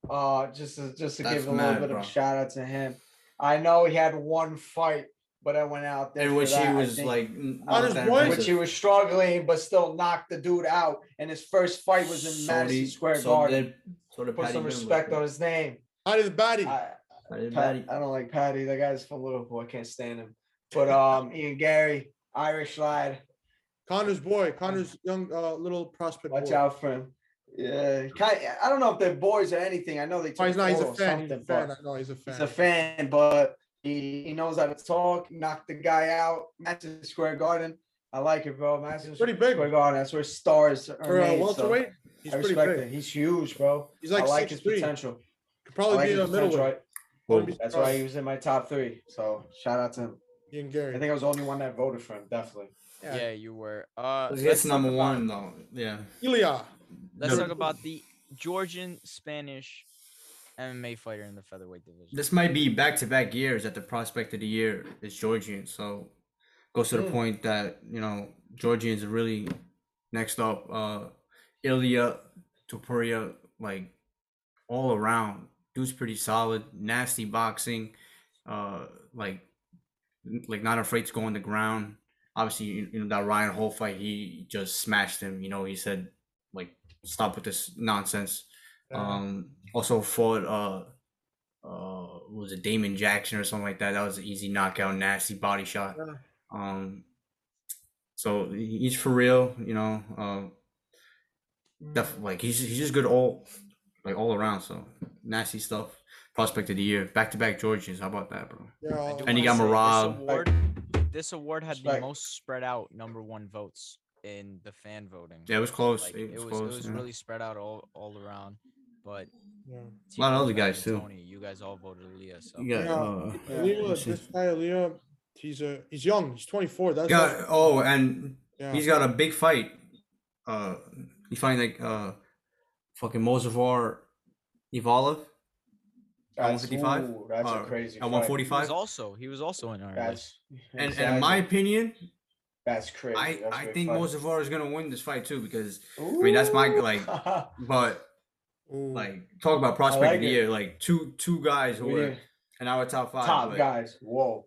Uh, just to, just to That's give a little mad, bit bro. of a shout out to him. I know he had one fight, but I went out there. In for which he that, I was think, like n- On his that in voice? impressive. which he was struggling, but still knocked the dude out. And his first fight was in So Madison did- Square so Garden. did- so did Put Patty some Mills, respect bro. on his name. How did the baddie? I- So did Pat, Patty. I don't like Patty. That guy's from Liverpool. I can't stand him. But um, Ian Gary, Irish lad, Connor's boy, Connor's young uh, little prospect. watch boy. out for him. Yeah, kinda- I don't know if they're boys or anything. I know they. Oh, took he's not. He's photo a or fan. He's a something, fan. I but know he's a fan. He's a fan, but he, he knows how to talk. Knocked the guy out. Madison Square Garden. I like it, bro. Madison pretty big. Square Garden. That's where stars are For uh, made. so welterweight, he's I pretty respect big. it. He's huge, bro. He's like I like his 6'3". potential. Could I probably like be his a potential. middleweight. I- Wouldn't be That's why he surprised. was in my top three. So shout out to him. He and I Gary. think I was the only one that voted for him, definitely. Yeah, Yeah. you were. Uh, let's That's talk number about- one though. Yeah. Ilya. Let's No. talk about the Georgian Spanish MMA fighter in the featherweight division. This might be back to back years that the prospect of the year is Georgian. So goes to the Mm. point that, you know, Georgians are really next up. Uh Ilya Topuria, like all around. Dude's pretty solid, nasty boxing, uh like like not afraid to go on the ground. Obviously, you, you know that Ryan Hall fight, he just smashed him. You know, he said like Stop with this nonsense. Uh, Um, also fought uh, uh, what was it Damon Jackson or something like that? That was an easy knockout, nasty body shot. Yeah. Um, so he- he's for real, you know. Um, def- like he's he's just good all like all around. So nasty stuff. Prospect of the year, back to back Georgians. How about that, bro? yeah, I uh, do And he wanna got say This award, this award had the Respect. most spread out number one votes in the fan voting. Yeah, it was close. Like, it was, it was, close. it was yeah. really spread out all, all around. But yeah. T. lot Bow of other voted guys, too. Tony, you guys all voted Leah. So You got, Yeah. uh, Yeah. Aaliyah, let's see. this guy Aaliyah, he's a he's young. He's 24. That's got- not- oh, and yeah. he's got a big fight. Uh, he fighting like uh, fucking Mozavar Ivalov That's, 155? ooh, that's a Uh, crazy. at fight. 145. he was also he was also in our list. That's and, and in my exactly. opinion, that's crazy. I, That's a I good think fight. Mozavar is gonna win this fight too because mean, that's my, Ooh. like, but Ooh. like talk about prospect like of the it. year, like two two guys who We were did in our top five, top but guys. Whoa,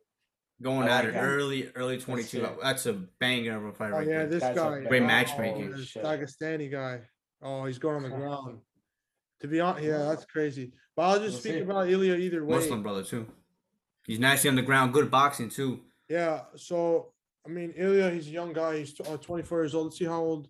going I at like it that. early early twenty two. it. That's a banger of a fight Oh right yeah, there. this That's a guy. Great Oh, matchmaking. this Shit. Dagestani guy. Oh, he's going on the Huh. ground. To be honest, yeah, that's crazy. But I'll just We'll speak see. about Ilya either way. Muslim brother too. He's nasty on the ground, good boxing too. Yeah, so I mean, Ilya, he's a young guy. He's tw- uh, 24 years old. Let's see how old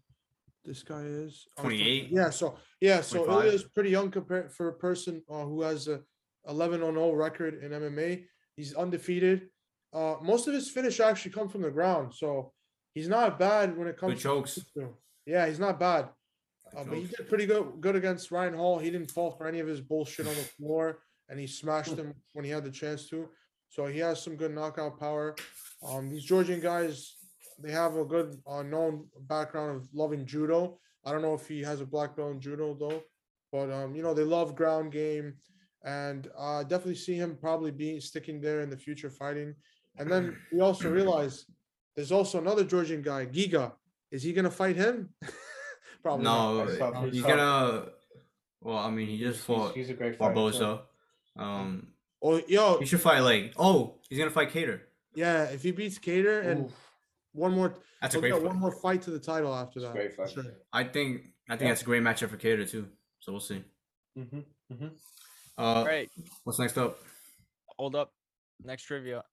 this guy is. Oh, he's 28? Yeah, so yeah, so 25? Ilya's pretty young compared for a person uh, who has a 11 on 0 record in MMA. He's undefeated. Uh, most of his finish actually come from the ground, so he's not bad when it comes. Good chokes. jiu-jitsu. Yeah, he's not bad. Uh, but he Jokes. did pretty good good against Ryan Hall. He didn't fall for any of his bullshit on the floor, and he smashed him when he had the chance to. So he has some good knockout power. Um, these Georgian guys, they have a good uh, known background of loving judo. I don't know if he has a black belt in judo though, but um, you know they love ground game, and uh, definitely see him probably being sticking there in the future fighting. And then we also realize there's also another Georgian guy, Giga. Is he gonna fight him? probably not. No, uh, I saw he's Barbosa. gonna. Well, I mean, he just he's, fought he's a great fighter. too. Barbosa. Um, Oh, yo, he should fight like. Oh, he's gonna fight Cater. yeah. If he beats Cater and Oof, one more, That's a he'll great. get fight. one more fight to the title after it's a that. great fight. Sure. I think. I think Yeah. that's a great matchup for Cater too. So we'll see. Mhm. Uh, All right, what's next up? hold up. Next trivia.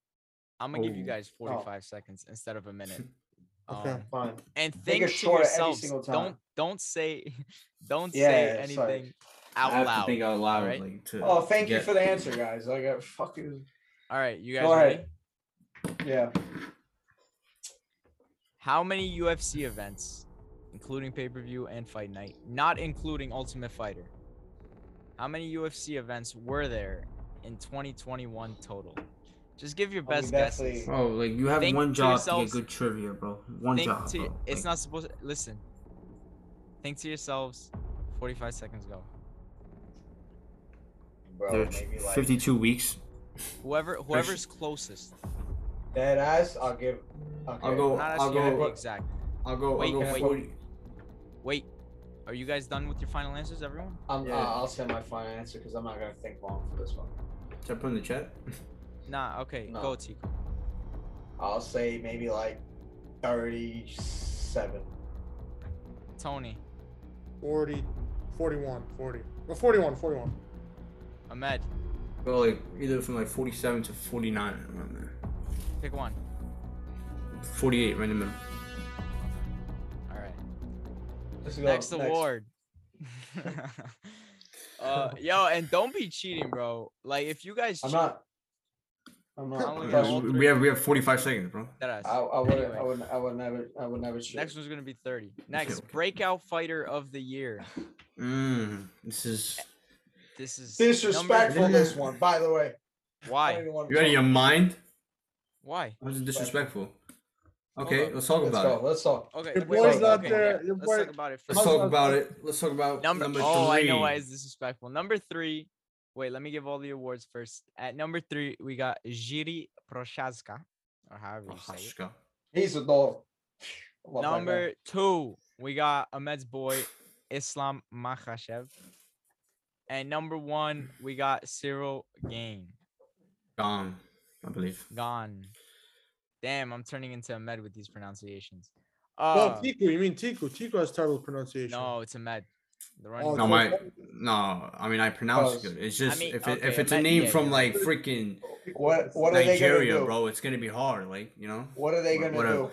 I'm gonna give you Oh. guys 45 seconds instead of a minute. Okay. Um, Fine. and Make think it to short every yourselves. single time. Don't don't say don't Yeah, say it's like- anything out I have loud. to think out loud. alright? Like, to, Oh, to thank you get- for the answer, guys. I got fuck you. All right, you guys Go ready? ahead. Yeah. How many UFC events, including pay per view and fight night, not including Ultimate Fighter? How many UFC events were there in 2021 total? Just give your Oh, we best guess. definitely- Bro, like you have Think one to job to yourselves- get good trivia, bro. One Think job. to bro. it's Like, not supposed. To, listen, think to yourselves. 45 seconds go. Bro, there's maybe like 52 weeks. Whoever whoever's closest. dead ass. I'll give. Okay. I'll go. I'm not I'll asking you to be go. exact. I'll go. Wait, I'll can I- go. 40. Wait, are you guys done with your final answers, everyone? I'm, Yeah. uh, I'll send my final answer because I'm not gonna think long for this one. Should I put in the chat? Nah, okay, No. go Tico. I'll say maybe like thirty-seven. Tony, 40, 41, 40. Well, 41, 41. Ahmed, Go like either from like 47 to 49. around there. pick one. 48, right in the middle. All right. Let's go. Next award. uh, yo, and don't be cheating, bro. Like if you guys I'm cheat, not. I'm I not. only but got one. all we three. have we have 45 seconds, bro. that us. I, I would. Anyway. I would. I would never. I would never shoot. Next one's gonna be 30. Next, okay. breakout fighter of the year. Mm, this is. This is number- Disrespectful. number- This one, by the way. I don't Why? even wanna You out of talk. your mind? Why? That was disrespectful. Okay, on. let's talk Let's about go. it. Let's talk. Okay. Your wait, boy's wait, not okay, there, yeah, your Let's boy- talk about it Let's first. How's talk that- about it. Let's talk about Number, number, oh, I know three. why it's disrespectful. Number three. Wait, let me give all the awards first. At number three, we got Jiri Proshazka, or however you Oh, say it. Hashka. He's a dog. I love that guy. Number two, we got Ahmed's boy Islam Makhachev. And number one, we got Cyril Gain. Gone, I believe. Gone. Damn, I'm turning into Ahmed with these pronunciations. well, Uh, Tiku, you mean Tiku? Tiku has terrible pronunciation. no, it's Ahmed. The running Oh, back. No, my Cole- no. I mean, I pronounce it. Close. good. It's just mean, if it, if okay, it's a Ma- name yeah, from yeah. like freaking What what are they Nigeria, gonna do? bro, it's gonna be hard. Like you know, What are they Wha- gonna whatever. do?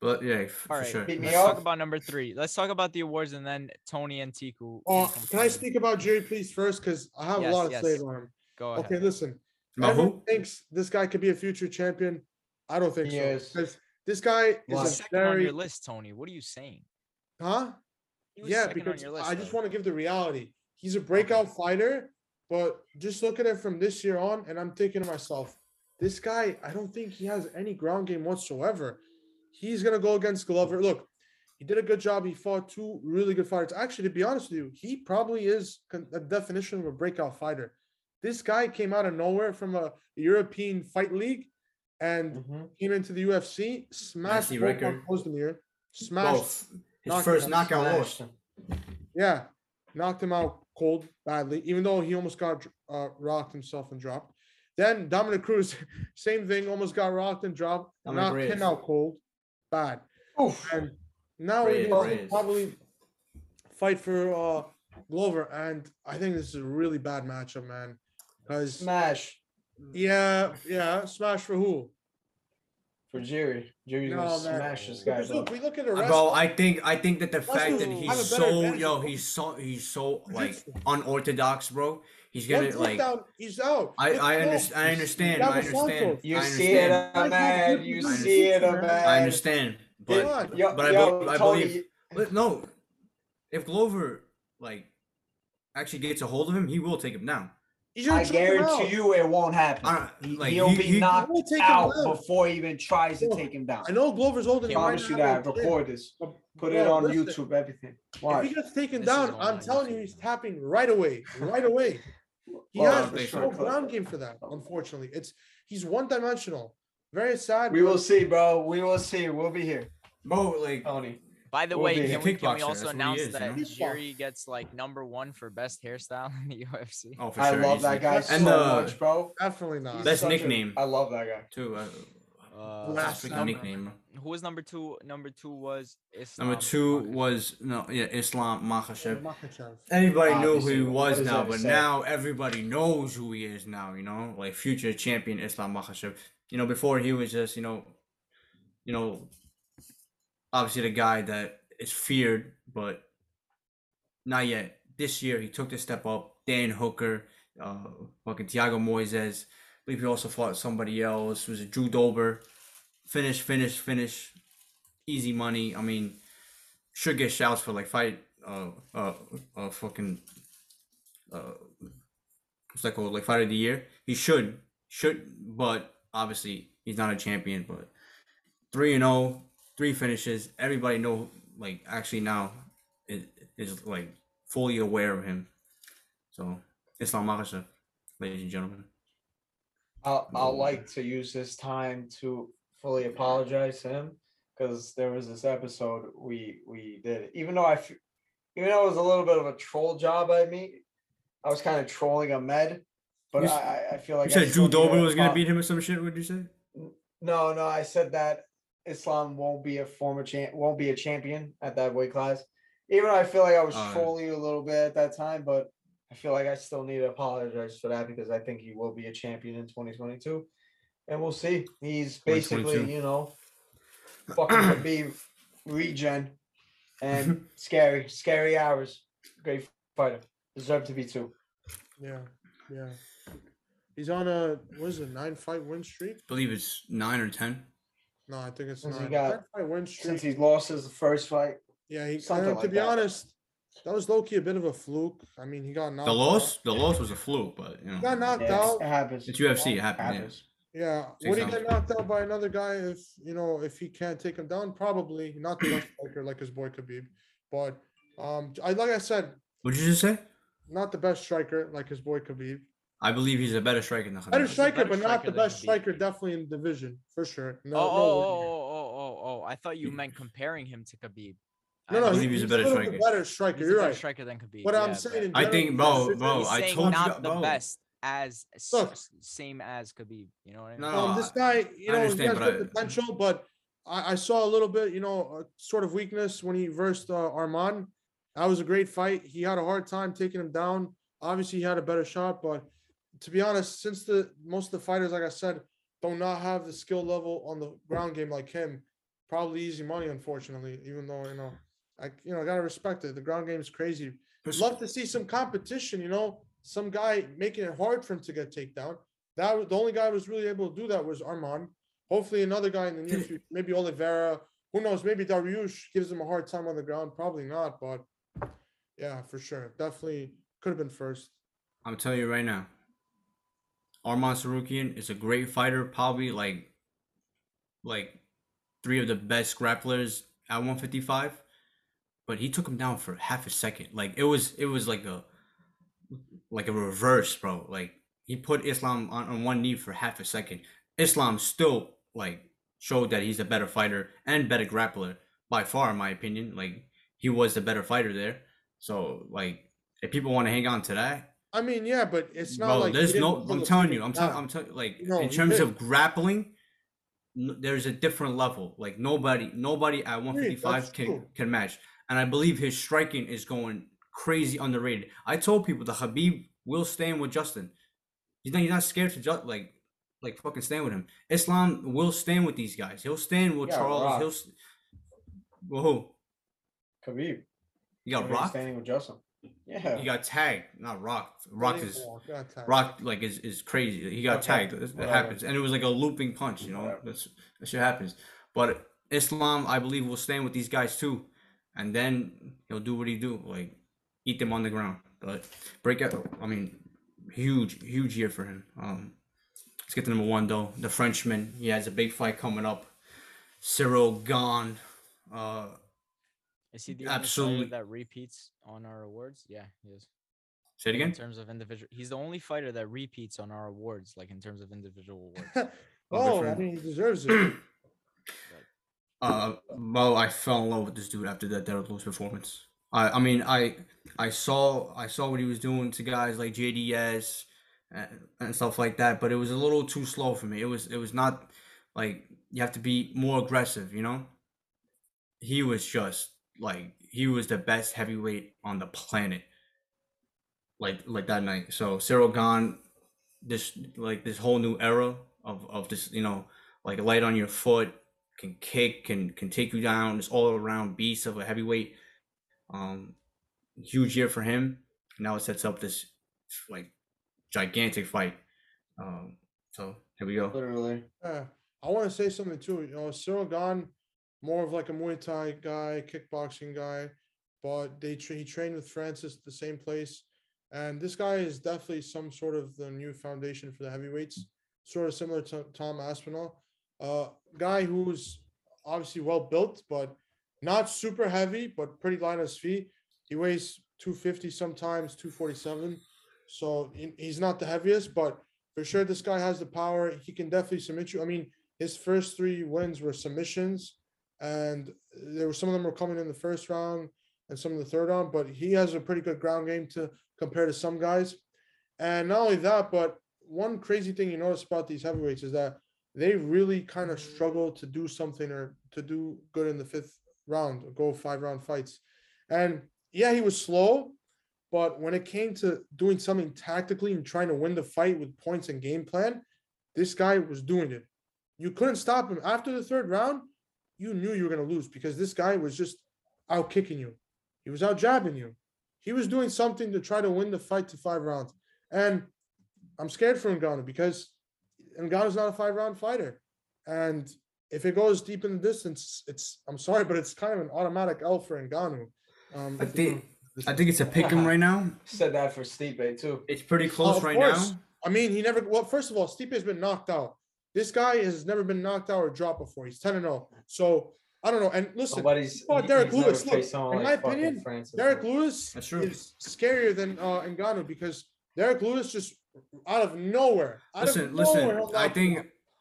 but yeah, f- for All right, sure. Hit me let's up. talk about number three. Let's talk about the awards and then Tony and Tiku. Oh, can I speak about Jerry, please, first? Because I have Yes, a lot to yes. say about him. Go ahead. Okay, listen. About Everyone who? thinks this guy could be a future champion. I don't think He so. is. Because This guy He was is a second on very your list, Tony. What are you saying? huh? He was Yeah, second on because your list, I just though. want to give the reality. He's a breakout fighter, but just look at it from this year on, and I'm thinking to myself, this guy, I don't think he has any ground game whatsoever. He's gonna go against Glover. Look, he did a good job. He fought two really good fighters. Actually, to be honest with you, he probably is con- a definition of a breakout fighter. This guy came out of nowhere from a European fight league and Mm-hmm. Mhm. came into the UFC, smashed Nasty Volkan record. Ozdemir, smashed Both. His Knockout. first knockout Smash loss. them. yeah, knocked him out cold badly, even though he almost got dr- uh, rocked himself and dropped. Then Dominic Cruz, same thing, almost got rocked and dropped, Dominic knocked Reyes. him out cold, bad. Oof. And now Reyes, he will Reyes. probably fight for uh, Glover, and I think this is a really bad matchup, man. Because Smash yeah, yeah, smash for who? for Jerry. Jerry's No, gonna man. smash this guy. Because Though. Look, we look at the rest. Bro, I think I think that the fact that Russell's he's have a better so advantage yo, than he's so he's so like Jiu-jitsu. unorthodox, bro. He's One gonna like. takedown, he's out. I Look, I, no, underst- I understand. I Thiago Santos. understand. You I see it, understand. uh, man. You I see it, uh, understand. man. I understand. But Come on. Yo- but I yo, bel- I Tony, believe- But no, if Glover like actually gets a hold of him, he will take him down. He's gonna I choke him out. guarantee you it won't happen. I, He- like He'll he, be he- knocked will take him out down. before he even tries to Look, take him down. I know Glover's older I than promise you that. Record this. Put it on YouTube. Everything. If he Watch. gets taken This is down, all I'm on telling you, YouTube. he's tapping right away, right away. He Well, has for no sure. ground game for that. Unfortunately, it's he's one dimensional. Very sad. We but will see, bro. We will see. We'll be here, bro, like Tony. By the Well, way, he's a can we, can kickboxer, we that's also what he announce is, you that know? Jerry gets like number one for best hairstyle in the UFC? oh for I sure. love he's that like- guy so and uh, much, bro. definitely not. He's best such a- nickname. I love that guy. too. Uh, Uh, last Last freaking number- nickname. bro. Who was number two? Number two was Islam. Number two Makhachev. was no, yeah, Islam Makhachev. Makhachev. Everybody knew who Obviously, he what was does now, that but say? now everybody knows who he is now. You know, like future champion Islam Makhachev. You know, before he was just you know, you know, obviously the guy that is feared, but not yet. This year he took the step up. Dan Hooker, uh, fucking Thiago Moises. I believe he also fought somebody else. It was Drew Dober. Finish, finish, finish. Easy money. I mean, should get shouts for like fight. Uh, uh, uh fucking. Uh, what's that called? Like fight of the year. He should, should, but obviously he's not a champion. But three and oh, three finishes. Everybody know, like actually now, is, is like fully aware of him. So Islam Makhachev, uh, ladies and gentlemen. I'll, I'll Mm. like to use this time to fully apologize to him because there was this episode we we did even though I f- even though it was a little bit of a troll job by me I was kind of trolling Ahmed but You I s- I- I feel like You I said still Drew need Dober was gonna apo- beat him or some shit. What'd you say? no no I said that Islam won't be a former champ won't be a champion at that weight class even though I feel like I was Oh, yeah. trolling you a little bit at that time but I feel like I still need to apologize for that because I think he will be a champion in 2022. And we'll see. He's basically, 2022. you know, fucking Khabib regen and scary, scary hours. Great fighter. Deserved to be two. Yeah, yeah. He's on a what is it nine fight win streak? believe it's nine or ten. No, I think it's Since nine. he got- Nine fight win Since streak. he lost his first fight, Yeah, he, something and to like be that. honest, that was low key a bit of a fluke. I mean, he got knocked. The out. loss, the loss was a fluke, but you He know, got knocked yeah, out. it happens. it's UFC. It happened. Yeah. happens. Yeah, Six would he rounds. get knocked out by another guy if you know if he can't take him down? Probably not the best striker like his boy Khabib, but um, I like I said, What did you just say? not the best striker like his boy Khabib. I believe he's a better striker than Better Khabib. striker striker, but not striker the than best Khabib. striker, definitely in the division for sure. No, oh, no, oh, way. oh, oh, oh, oh, I thought you meant comparing him to Khabib. no, no, he's, believe he- he's a he's better still the striker. better he's striker. a You're better right. striker than Khabib. What I'm yeah, saying, in but I think, general, bro, is- bro, he's I saying told you, not the bro. best as s- Look. s- same as Khabib. You know what I mean? No, Um, this guy, you I know, he understand, has but good I- potential, but I, I saw a little bit, you know, uh, sort of weakness when he versed uh, Arman. That was a great fight. He had a hard time taking him down. Obviously, he had a better shot, but to be honest, since the most of the fighters, like I said, do not have the skill level on the ground game like him, probably easy money, unfortunately. Even though you know, I you know gotta respect it. The ground game is crazy. Pers- Love to see some competition. You know, some guy making it hard for him to get takedown. That was the only guy who was really able to do that was Armand. Hopefully, another guy in the near Did- future, maybe Oliveira. Who knows? Maybe Dariush gives him a hard time on the ground. Probably not, but yeah, for sure, definitely could have been first. I'm telling you right now, Arman Sarukian is a great fighter. Probably like, like, three of the best grapplers at 155. But he took him down for half a second. Like it was, it was like a, like a reverse, bro. Like he put Islam on, on one knee for half a second. Islam still like showed that he's a better fighter and better grappler by far, in my opinion. Like he was the better fighter there. So like, if people want to hang on to that, I mean, yeah, but it's not Bro, like he there's didn't no. pull I'm the telling people you. I'm telling. down. I'm telling. Like No, in he terms of didn't. grappling, n- there's a different level. Like nobody, nobody at 155 can true. can match. And I believe his striking is going crazy underrated. I told people the Habib will stand with Justin. He's not. He's not scared to just like, like fucking stand with him. Islam will stand with these guys. He'll stand with Yeah, Charles. Rock. He'll. s- Well, who? Khabib. You got Khabib rocked. standing with Justin. Yeah. You got tagged, not rocked. Rocked is Unbelievable. God, Tyler. Rock like is, is crazy. He got Okay, tagged. That whatever. happens, and it was like a looping punch. You know, Whatever. that's that shit happens. But Islam, I believe, will stand with these guys too, and then he'll do what he do, like eat them on the ground. But break out. I mean, huge, huge year for him. Um, let's get to number one though. The Frenchman. He has a big fight coming up. Cyril gone. Uh, Is he the only Absolutely. fighter that repeats on our awards? Yeah, he is. say it Like, In again. terms of individual, he's the only fighter that repeats on our awards, like in terms of individual awards. Oh, I Different. mean, he deserves it. uh well i fell in love with this dude after that derek lewis performance i i mean i i saw i saw what he was doing to guys like jds and, and stuff like that but it was a little too slow for me it was it was not like you have to be more aggressive you know he was just like he was the best heavyweight on the planet like like that night so cyril gone this like this whole new era of of this you know like light on your foot can kick, can can take you down. This all around beast of a heavyweight. Um, huge year for him. Now it sets up this like gigantic fight. Um, so here we go. Literally. Yeah. Eh, I want to say something too. You know, Cyril Gan, more of like a Muay Thai guy, kickboxing guy, but they tra- he trained with Francis at the same place, and this guy is definitely some sort of the new foundation for the heavyweights, sort of similar to Tom Aspinall, uh, guy who's obviously well built, but not super heavy, but pretty light on his feet. He weighs 250 sometimes, 247. So he- he's not the heaviest, but for sure this guy has the power. He can definitely submit you. I mean, his first three wins were submissions, and there were some of them were coming in the first round and some in the third round. But he has a pretty good ground game to compare to some guys. And not only that, but one crazy thing you notice about these heavyweights is that they really kind of struggle to do something or to do good in the fifth round or go five round fights. And yeah, he was slow, but when it came to doing something tactically and trying to win the fight with points and game plan, this guy was doing it. You couldn't stop him. After the third round, you knew you were going to lose because this guy was just out kicking you. He was out jabbing you. He was doing something to try to win the fight to five rounds. And I'm scared for Ngannou because Ngannou's not a five round fighter. And if it goes deep in the distance, it's, I'm sorry, but it's kind of an automatic L for Ngannou. Um, I if they go think this I think it's a pick 'em right now. Said that for Stipe too. It's pretty Oh, close of right course. now. I mean, he never. Well, first of all, Stipe has been knocked out. This guy has never been knocked out or dropped before. He's ten and zero. So I don't know. And listen, Nobody's. oh, he- Derek he's never Lewis, look, faced someone in like my fucking opinion, Francis. Derek Lewis That's true. is scarier than uh, Ngannou because Derek Lewis just out of nowhere. Out of Listen, nowhere, listen. he'll I knock you think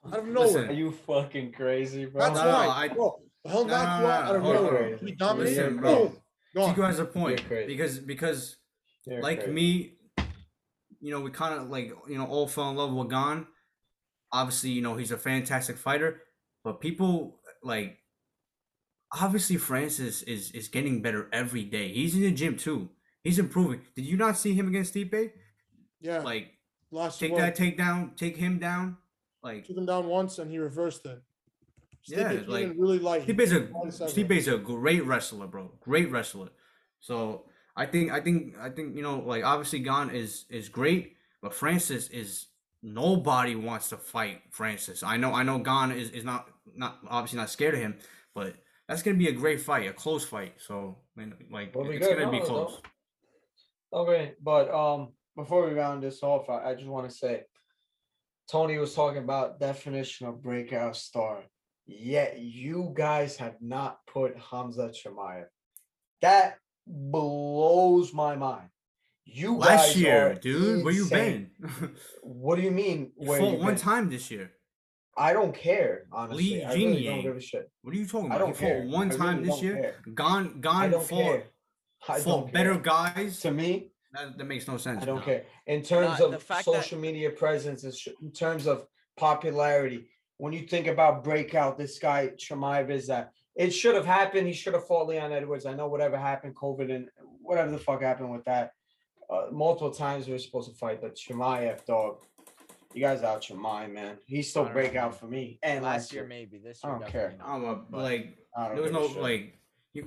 out. out of nowhere. Are listen. you fucking crazy, bro? That's No, no, why. I- bro, he'll no, knock you no, out, out of no, no, nowhere. no. He dominated. Listen, bro. Boom, gone. Tico has a point You're crazy. because because You're like crazy. me, you know, we kind of like you know all fell in love with Gon. Obviously, you know he's a fantastic fighter, but people like obviously Francis is is getting better every day. He's in the gym too. He's improving. Did you not see him against Stipe? Yeah, Like lost take one. that takedown, take him down. Like took him down once and he reversed it. Stipe Yeah, came like, in really light. Stipe's a Nice effort. Stipe's a great wrestler, bro. Great wrestler. So I think I think I think you know like obviously Gon is is great, but Francis is nobody wants to fight Francis. I know I know Gon is is not not obviously not scared of him, but that's gonna be a great fight, a close fight. So I mean, like Will be it's good. gonna be No, no. close. Okay, but um, before we round this off, I, I just want to say, Tony was talking about definition of breakout star. Yet you guys have not put Hamza Chamayev. That blows my mind. You Last guys year, are dude, where you insane. been? What do you mean? you where fought you one been? time this year. I don't care. Honestly, I really don't Jingyang. give a shit. What are you talking I about? don't You care. fought one I time really this don't year. care. Gone, I gone don't for care. I for don't better care. guys. To me, That, that makes no sense. I don't no. care. In terms Nah, the of fact that- social media presence, and sh- in terms of popularity, when you think about breakout, this guy Shamayev is that. It should have happened. He should have fought Leon Edwards. I know whatever happened, COVID and whatever the fuck happened with that. Uh, multiple times we were supposed to fight, but Shamayev, dog, you guys out your mind, man. He's still I don't know. breakout for me. And Last year, maybe. This I year, don't definitely care. not. I'm a, But like I don't there was give a no shit. like you.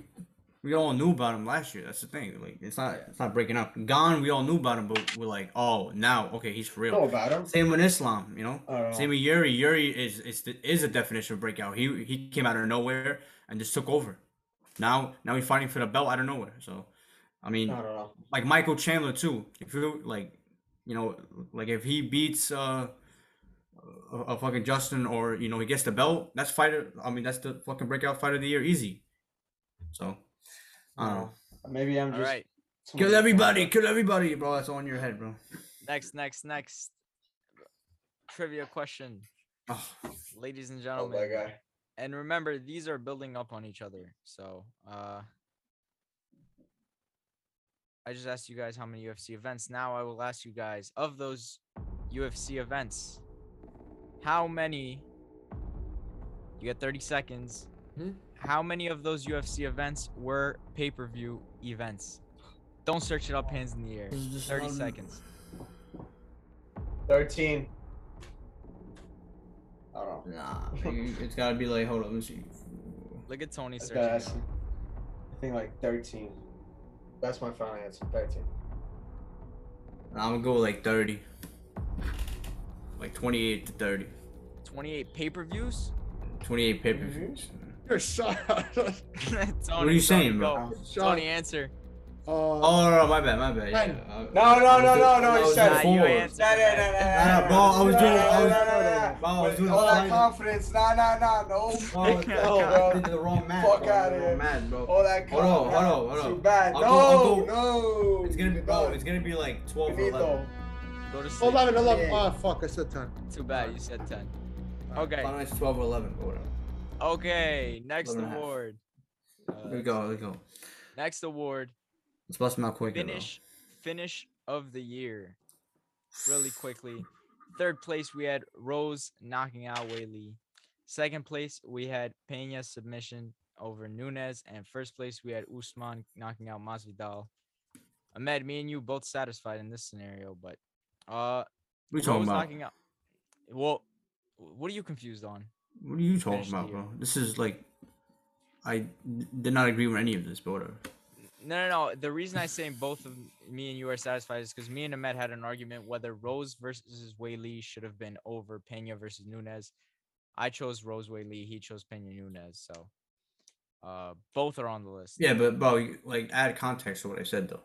We all knew about him last year. That's the thing. Like it's not it's not breaking up. Gone. We all knew about him, but we're like, oh, now okay, he's for real. know about him. Same with Islam, you know. I don't know. Same with Yuri. Yuri is is the, is a definition of breakout. He he came out of nowhere and just took over. Now now he's fighting for the belt out of nowhere. So, I mean, I don't know. like Michael Chandler too. If you like, you know, like if he beats uh a, a fucking Justin or you know he gets the belt, that's fighter. I mean that's the fucking breakout fight of the year, easy. So, I don't know. Maybe I'm All just right. somebody- Kill everybody, kill everybody, bro. That's all in your head, bro. Next, next, next. Trivia question, Oh, ladies and Oh gentlemen. my god. and remember these are building up on each other so uh i just asked you guys how many ufc events now i will ask you guys of those ufc events how many you get 30 seconds Hmm? Mhm. how many of those ufc events were pay-per-view events don't search it up hands in the air Um, 30 seconds 13. I don't know. nah, it's gotta be like hold up, let me see. look at tony That's searching gotta it ask up. him. I think like 13. That's my final answer. 13. I'm gonna go with, like thirty, like twenty-eight to thirty. 28 pay-per-views 28 pay per views. You're shot. uh, tony, are you saying, bro? go. tony answer oh, Oh, no, no, my bad, my bad. Ten. Yeah, I- No, no, I was no, do- no, no, I you was said doing it. Nah, you forward. answered. Nah, nah, bro, I was doing- I was- bro, I was With doing all that fine. confidence. Nah, nah, nah. No. Oh, No, I bro. did the wrong math. Fuck bro. I outta did the here. wrong Oh, math, bro. All that Hold on, confidence. hold on, hold Too on. bad. I'll No, go- I'll go- no. It's gonna be, bro. It's gonna be like 12 or 11. Finito. go to sleep hold on, eleven. Yeah. Ah, fuck, I said ten. Too bad you said 10. Okay. Final it's 12 or 11 or whatever. Okay, next Eleven and a half. award. Uh, Here we go. Let's go. Next award. Let's bust them out quick. Finish finish of the year. Really quickly. Third place we had Rose knocking out Whaley. Second place we had Pena submission over Nunez. And first place we had Usman knocking out Masvidal. Ahmed, me and you both satisfied in this scenario, but uh What are you talking Rose about? knocking out Well, what are you confused on? What are you finish talking the about, year. bro? This is like, I did not agree with any of this, but whatever. No, no, no. The reason I say both of me and you are satisfied is because me and Ahmed had an argument whether Rose versus Whaley should have been over Pena versus Nunez. I chose Rose Whaley. He chose Pena Nunez. So uh, both are on the list. Yeah, but bro, you- like add context to what I said though.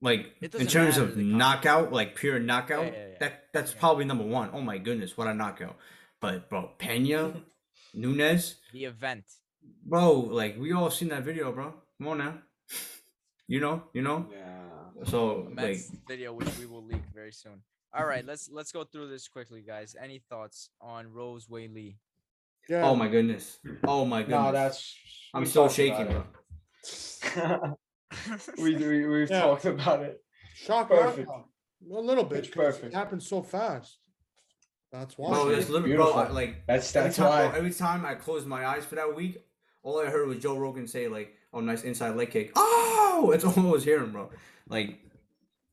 Like It in doesn't terms matter of the context. knockout, like pure knockout, yeah, yeah. that that's Yeah. probably number one. Oh my goodness, what a knockout! But bro, Pena, Nunez, The event. bro, like we all seen that video, bro. Come on now, you know, you know. Yeah. So like, Ahmed's video, which we will leak very soon. All right, let's let's go through this quickly, guys. Any thoughts on Rose Whaley? Yeah. oh my goodness, oh my goodness, No, that's. I'm we still talked shaking, bro. about it. we, we, we've Yeah. talked about it. Shock Perfect. knockout. A little bit. It's 'cause perfect. It happened so fast. That's why. Bro, Wow. that's literally bro, I- Beautiful. like That's that's every time, bro, why. every time I close my eyes for that week, All I heard was Joe Rogan say like, "Oh, nice inside leg kick." Oh, that's all I was hearing, bro. Like,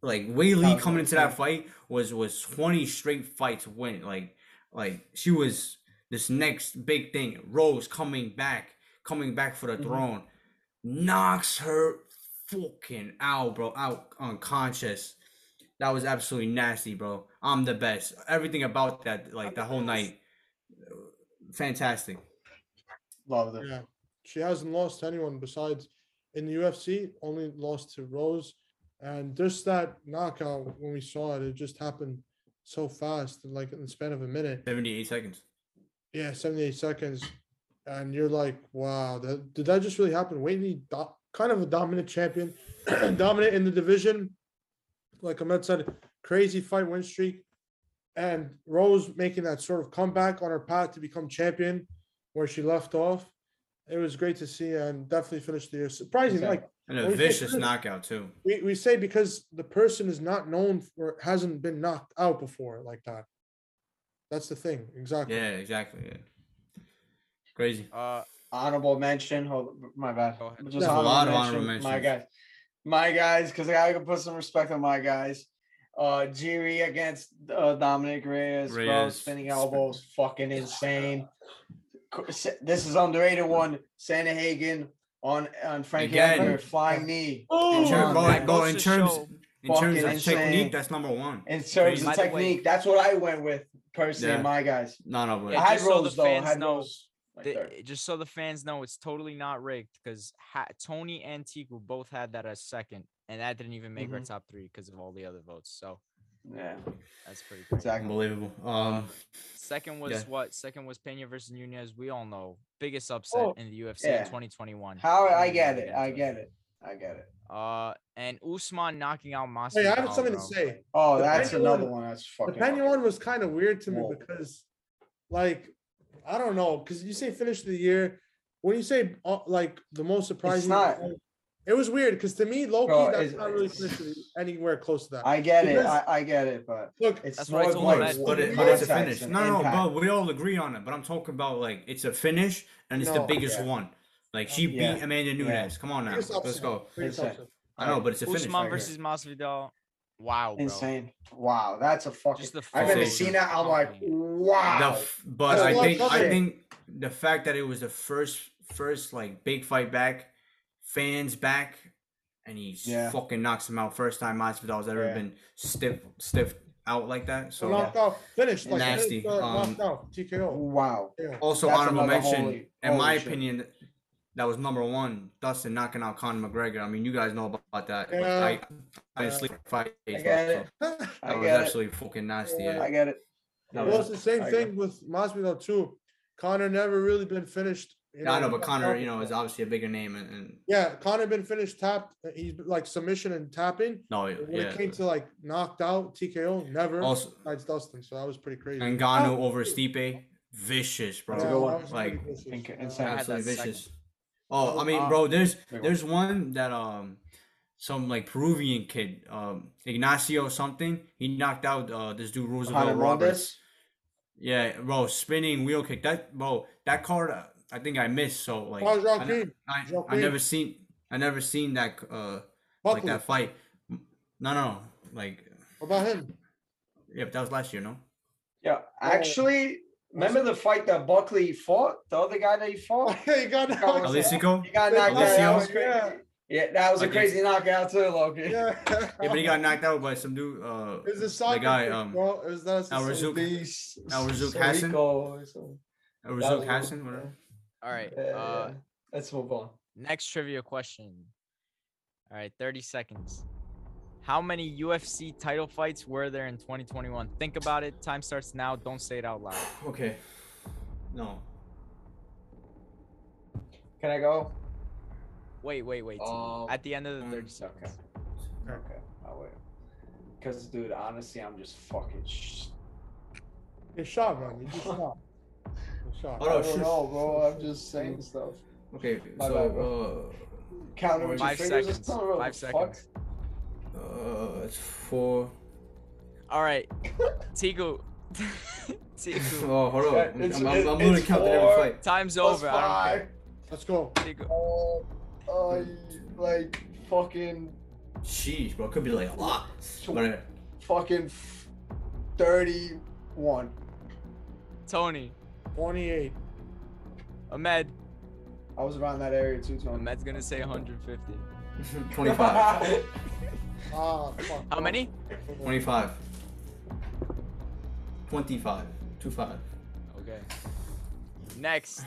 like Wei Lee was coming into insane. that fight was was twenty straight fights win. Like, like she was this next big thing. Rose coming back, coming back for the throne, knocks her fucking out, bro, out unconscious. That was absolutely nasty, bro. I'm the best. Everything about that, like the whole night, fantastic. Love it. Yeah, she hasn't lost to anyone besides in the UFC. Only lost to Rose, and just that knockout when we saw it, it just happened so fast, in, like in the span of a minute. 78 seconds. Yeah, seventy-eight seconds, and you're like, wow, that, did that just really happen? Waitley, do- kind of a dominant champion, dominant in the division. Like Ahmed said, crazy fight win streak, and Rose making that sort of comeback on her path to become champion, where she left off. It was great to see and definitely finished the year. Surprising, Exactly. like And a Well, you said vicious good. knockout too. we, we say because the person is not known for hasn't been knocked out before like that. That's the thing. Exactly. Yeah, exactly. Yeah. Crazy. Uh, Honorable mention. Hold, my bad. Go ahead. Just There's a lot of mention, honorable My guys, mentions. my guys, because I gotta put some respect on my guys. Uh, Jiri against uh, Dominic Reyes, bro, Reyes. spinning elbows, fucking insane. Co- Sa- This is underrated one. Santa Hagen on on Frankie Again. Edgar, flying knee. In terms, John, bro, that bro, goes in to terms, show in terms fucking of insane. technique, that's number one. In terms By of the way- technique, that's what I went with personally. Yeah. My guys, No, no, but Yeah, I had just so the Rose though. I fans had know Rose. like Th- third. eh, just so the fans know, it's totally not rigged because ha- Tony and Tiku both had that as second, and that didn't even make our Mhm. top three because of all the other votes. So Yeah, that's pretty cool. exactly. unbelievable. Um, Second was Yeah. what? Second was Pena versus Nunez. We all know biggest upset Oh, in the UFC yeah. in 2021. How We don't I even get get it. I into get it. I get it. Uh, and Usman knocking out Masvidal. Hey, I have something to bro. say. Oh, The that's another pendulum- one. That's The fucking. Pena one was kind of weird to me Whoa. because, like, I don't know, because you say finish of the year, when you say uh, like the most surprising, not. it was weird because to me, Loki, Bro, that's it's- not really it's- finish of the year- anywhere close to that. I get it. Because- I, I get it, but Look, it's That's what I more told like him, what- man. but, it, the but it's a context finish. and No, no, impact. but we all agree on it. But I'm talking about like it's a finish and it's the No, biggest yeah. one. Like she Yeah, beat Amanda yeah. Nunes. Come on now, biggest let's upset, go. biggest Exactly. upset. I know, but it's a finish. Usman right here. versus Masvidal. Wow, bro. insane. Wow, that's a fucking. Just the I've never fucking- seen that. I'm like, The wow. f- but That's I what I'm think I saying. think the fact that it was the first first like big fight back, fans back, and he s- Yeah. fucking knocks him out first time Masvidal's ever Yeah. been stiff stiff out like that. So So knocked out, finished. Like, Nasty, finished, uh, um, knocked out, TKO. wow. Yeah. also That's honorable another mention, holy- in my holy shit. opinion, that was number one. Dustin knocking out Conor McGregor. I mean, you guys know about, that. but Yeah. I I didn't Yeah. sleep for five days. bro, I get so it. that I was get it. absolutely fucking nasty. Yeah. I Yeah. get it. That well, was, it's the same I thing with Masvidal too. Connor never really been finished. you I know, but knocked Conor, out you know, is before. obviously a bigger name, and, and yeah, Connor been finished tapped. He's been, like submission and tapping. no, But When yeah. it came to like knocked out TKO, never Also, besides Dustin. So that was pretty crazy. And Gano over Stipe, vicious, bro. Oh, That's a good one. that was pretty Like, vicious. think- Yeah. insane. had absolutely that second. vicious. Oh, I mean, uh, bro, there's one. there's one that um some like Peruvian kid, um Ignacio something, he knocked out uh this dude Conor Roosevelt Roberts. Roberts. Yeah, bro, spinning wheel kick. That bro, that card uh, I think I missed. So like, Oh, I, Joaquin, ne- I, I Joaquin. never seen I never seen that uh like Buckley, that fight. No, no, like what about him? yeah, but that was last year, no. Yeah, Oh. actually, remember the fight that Buckley fought? The other guy that he fought? he got That knocked was- out. Alessico. He got They knocked out. knocked That out, was crazy. yeah. Yeah, that was a Like, crazy knockout too, Loki. Yeah. Yeah, but he got knocked out by some dude. Uh, It's a the soccer guy, kick, um, bro. It was not a Al soccer- Razouk. Beast. Al Razouk So Hassan? Rico or something. That Rizuk was- Hassan, whatever. All right. Yeah, Uh, yeah. Let's move on. next trivia question. All right, 30 seconds. How many UFC title fights were there in 2021? Think about it. Time starts now. Don't say it out loud. Okay. No. Can I go? Wait, wait, wait. T. Oh, At the end of the um, 30 okay. seconds. Okay, I'll wait. Because, dude, honestly, I'm just fucking. Sh- You're shot, man. You just Oh, shot. You're shot. Hold Oh, I on. don't shit. know, bro. I'm just saying stuff. Okay. My bad, so uh, Counting with your Five fingers. seconds. it's not real, Five the fuck? seconds. uh, uh, it's four. All right. Tigu. Tigu. Oh, hold on. It's- Oh, I'm, I'm, I'm it's literally counting every four. fight. Time's Plus over. I don't care. five. Let's go. There you go. Uh, uh, like fucking, Sheesh, bro. Could be like a lot. But fucking thirty-one. Tony, 28. Ahmed. I was around that area too, Tony. Ahmed's gonna say 150. 25. Ah, fuck. How many? 25. 25. 25. Okay. Next.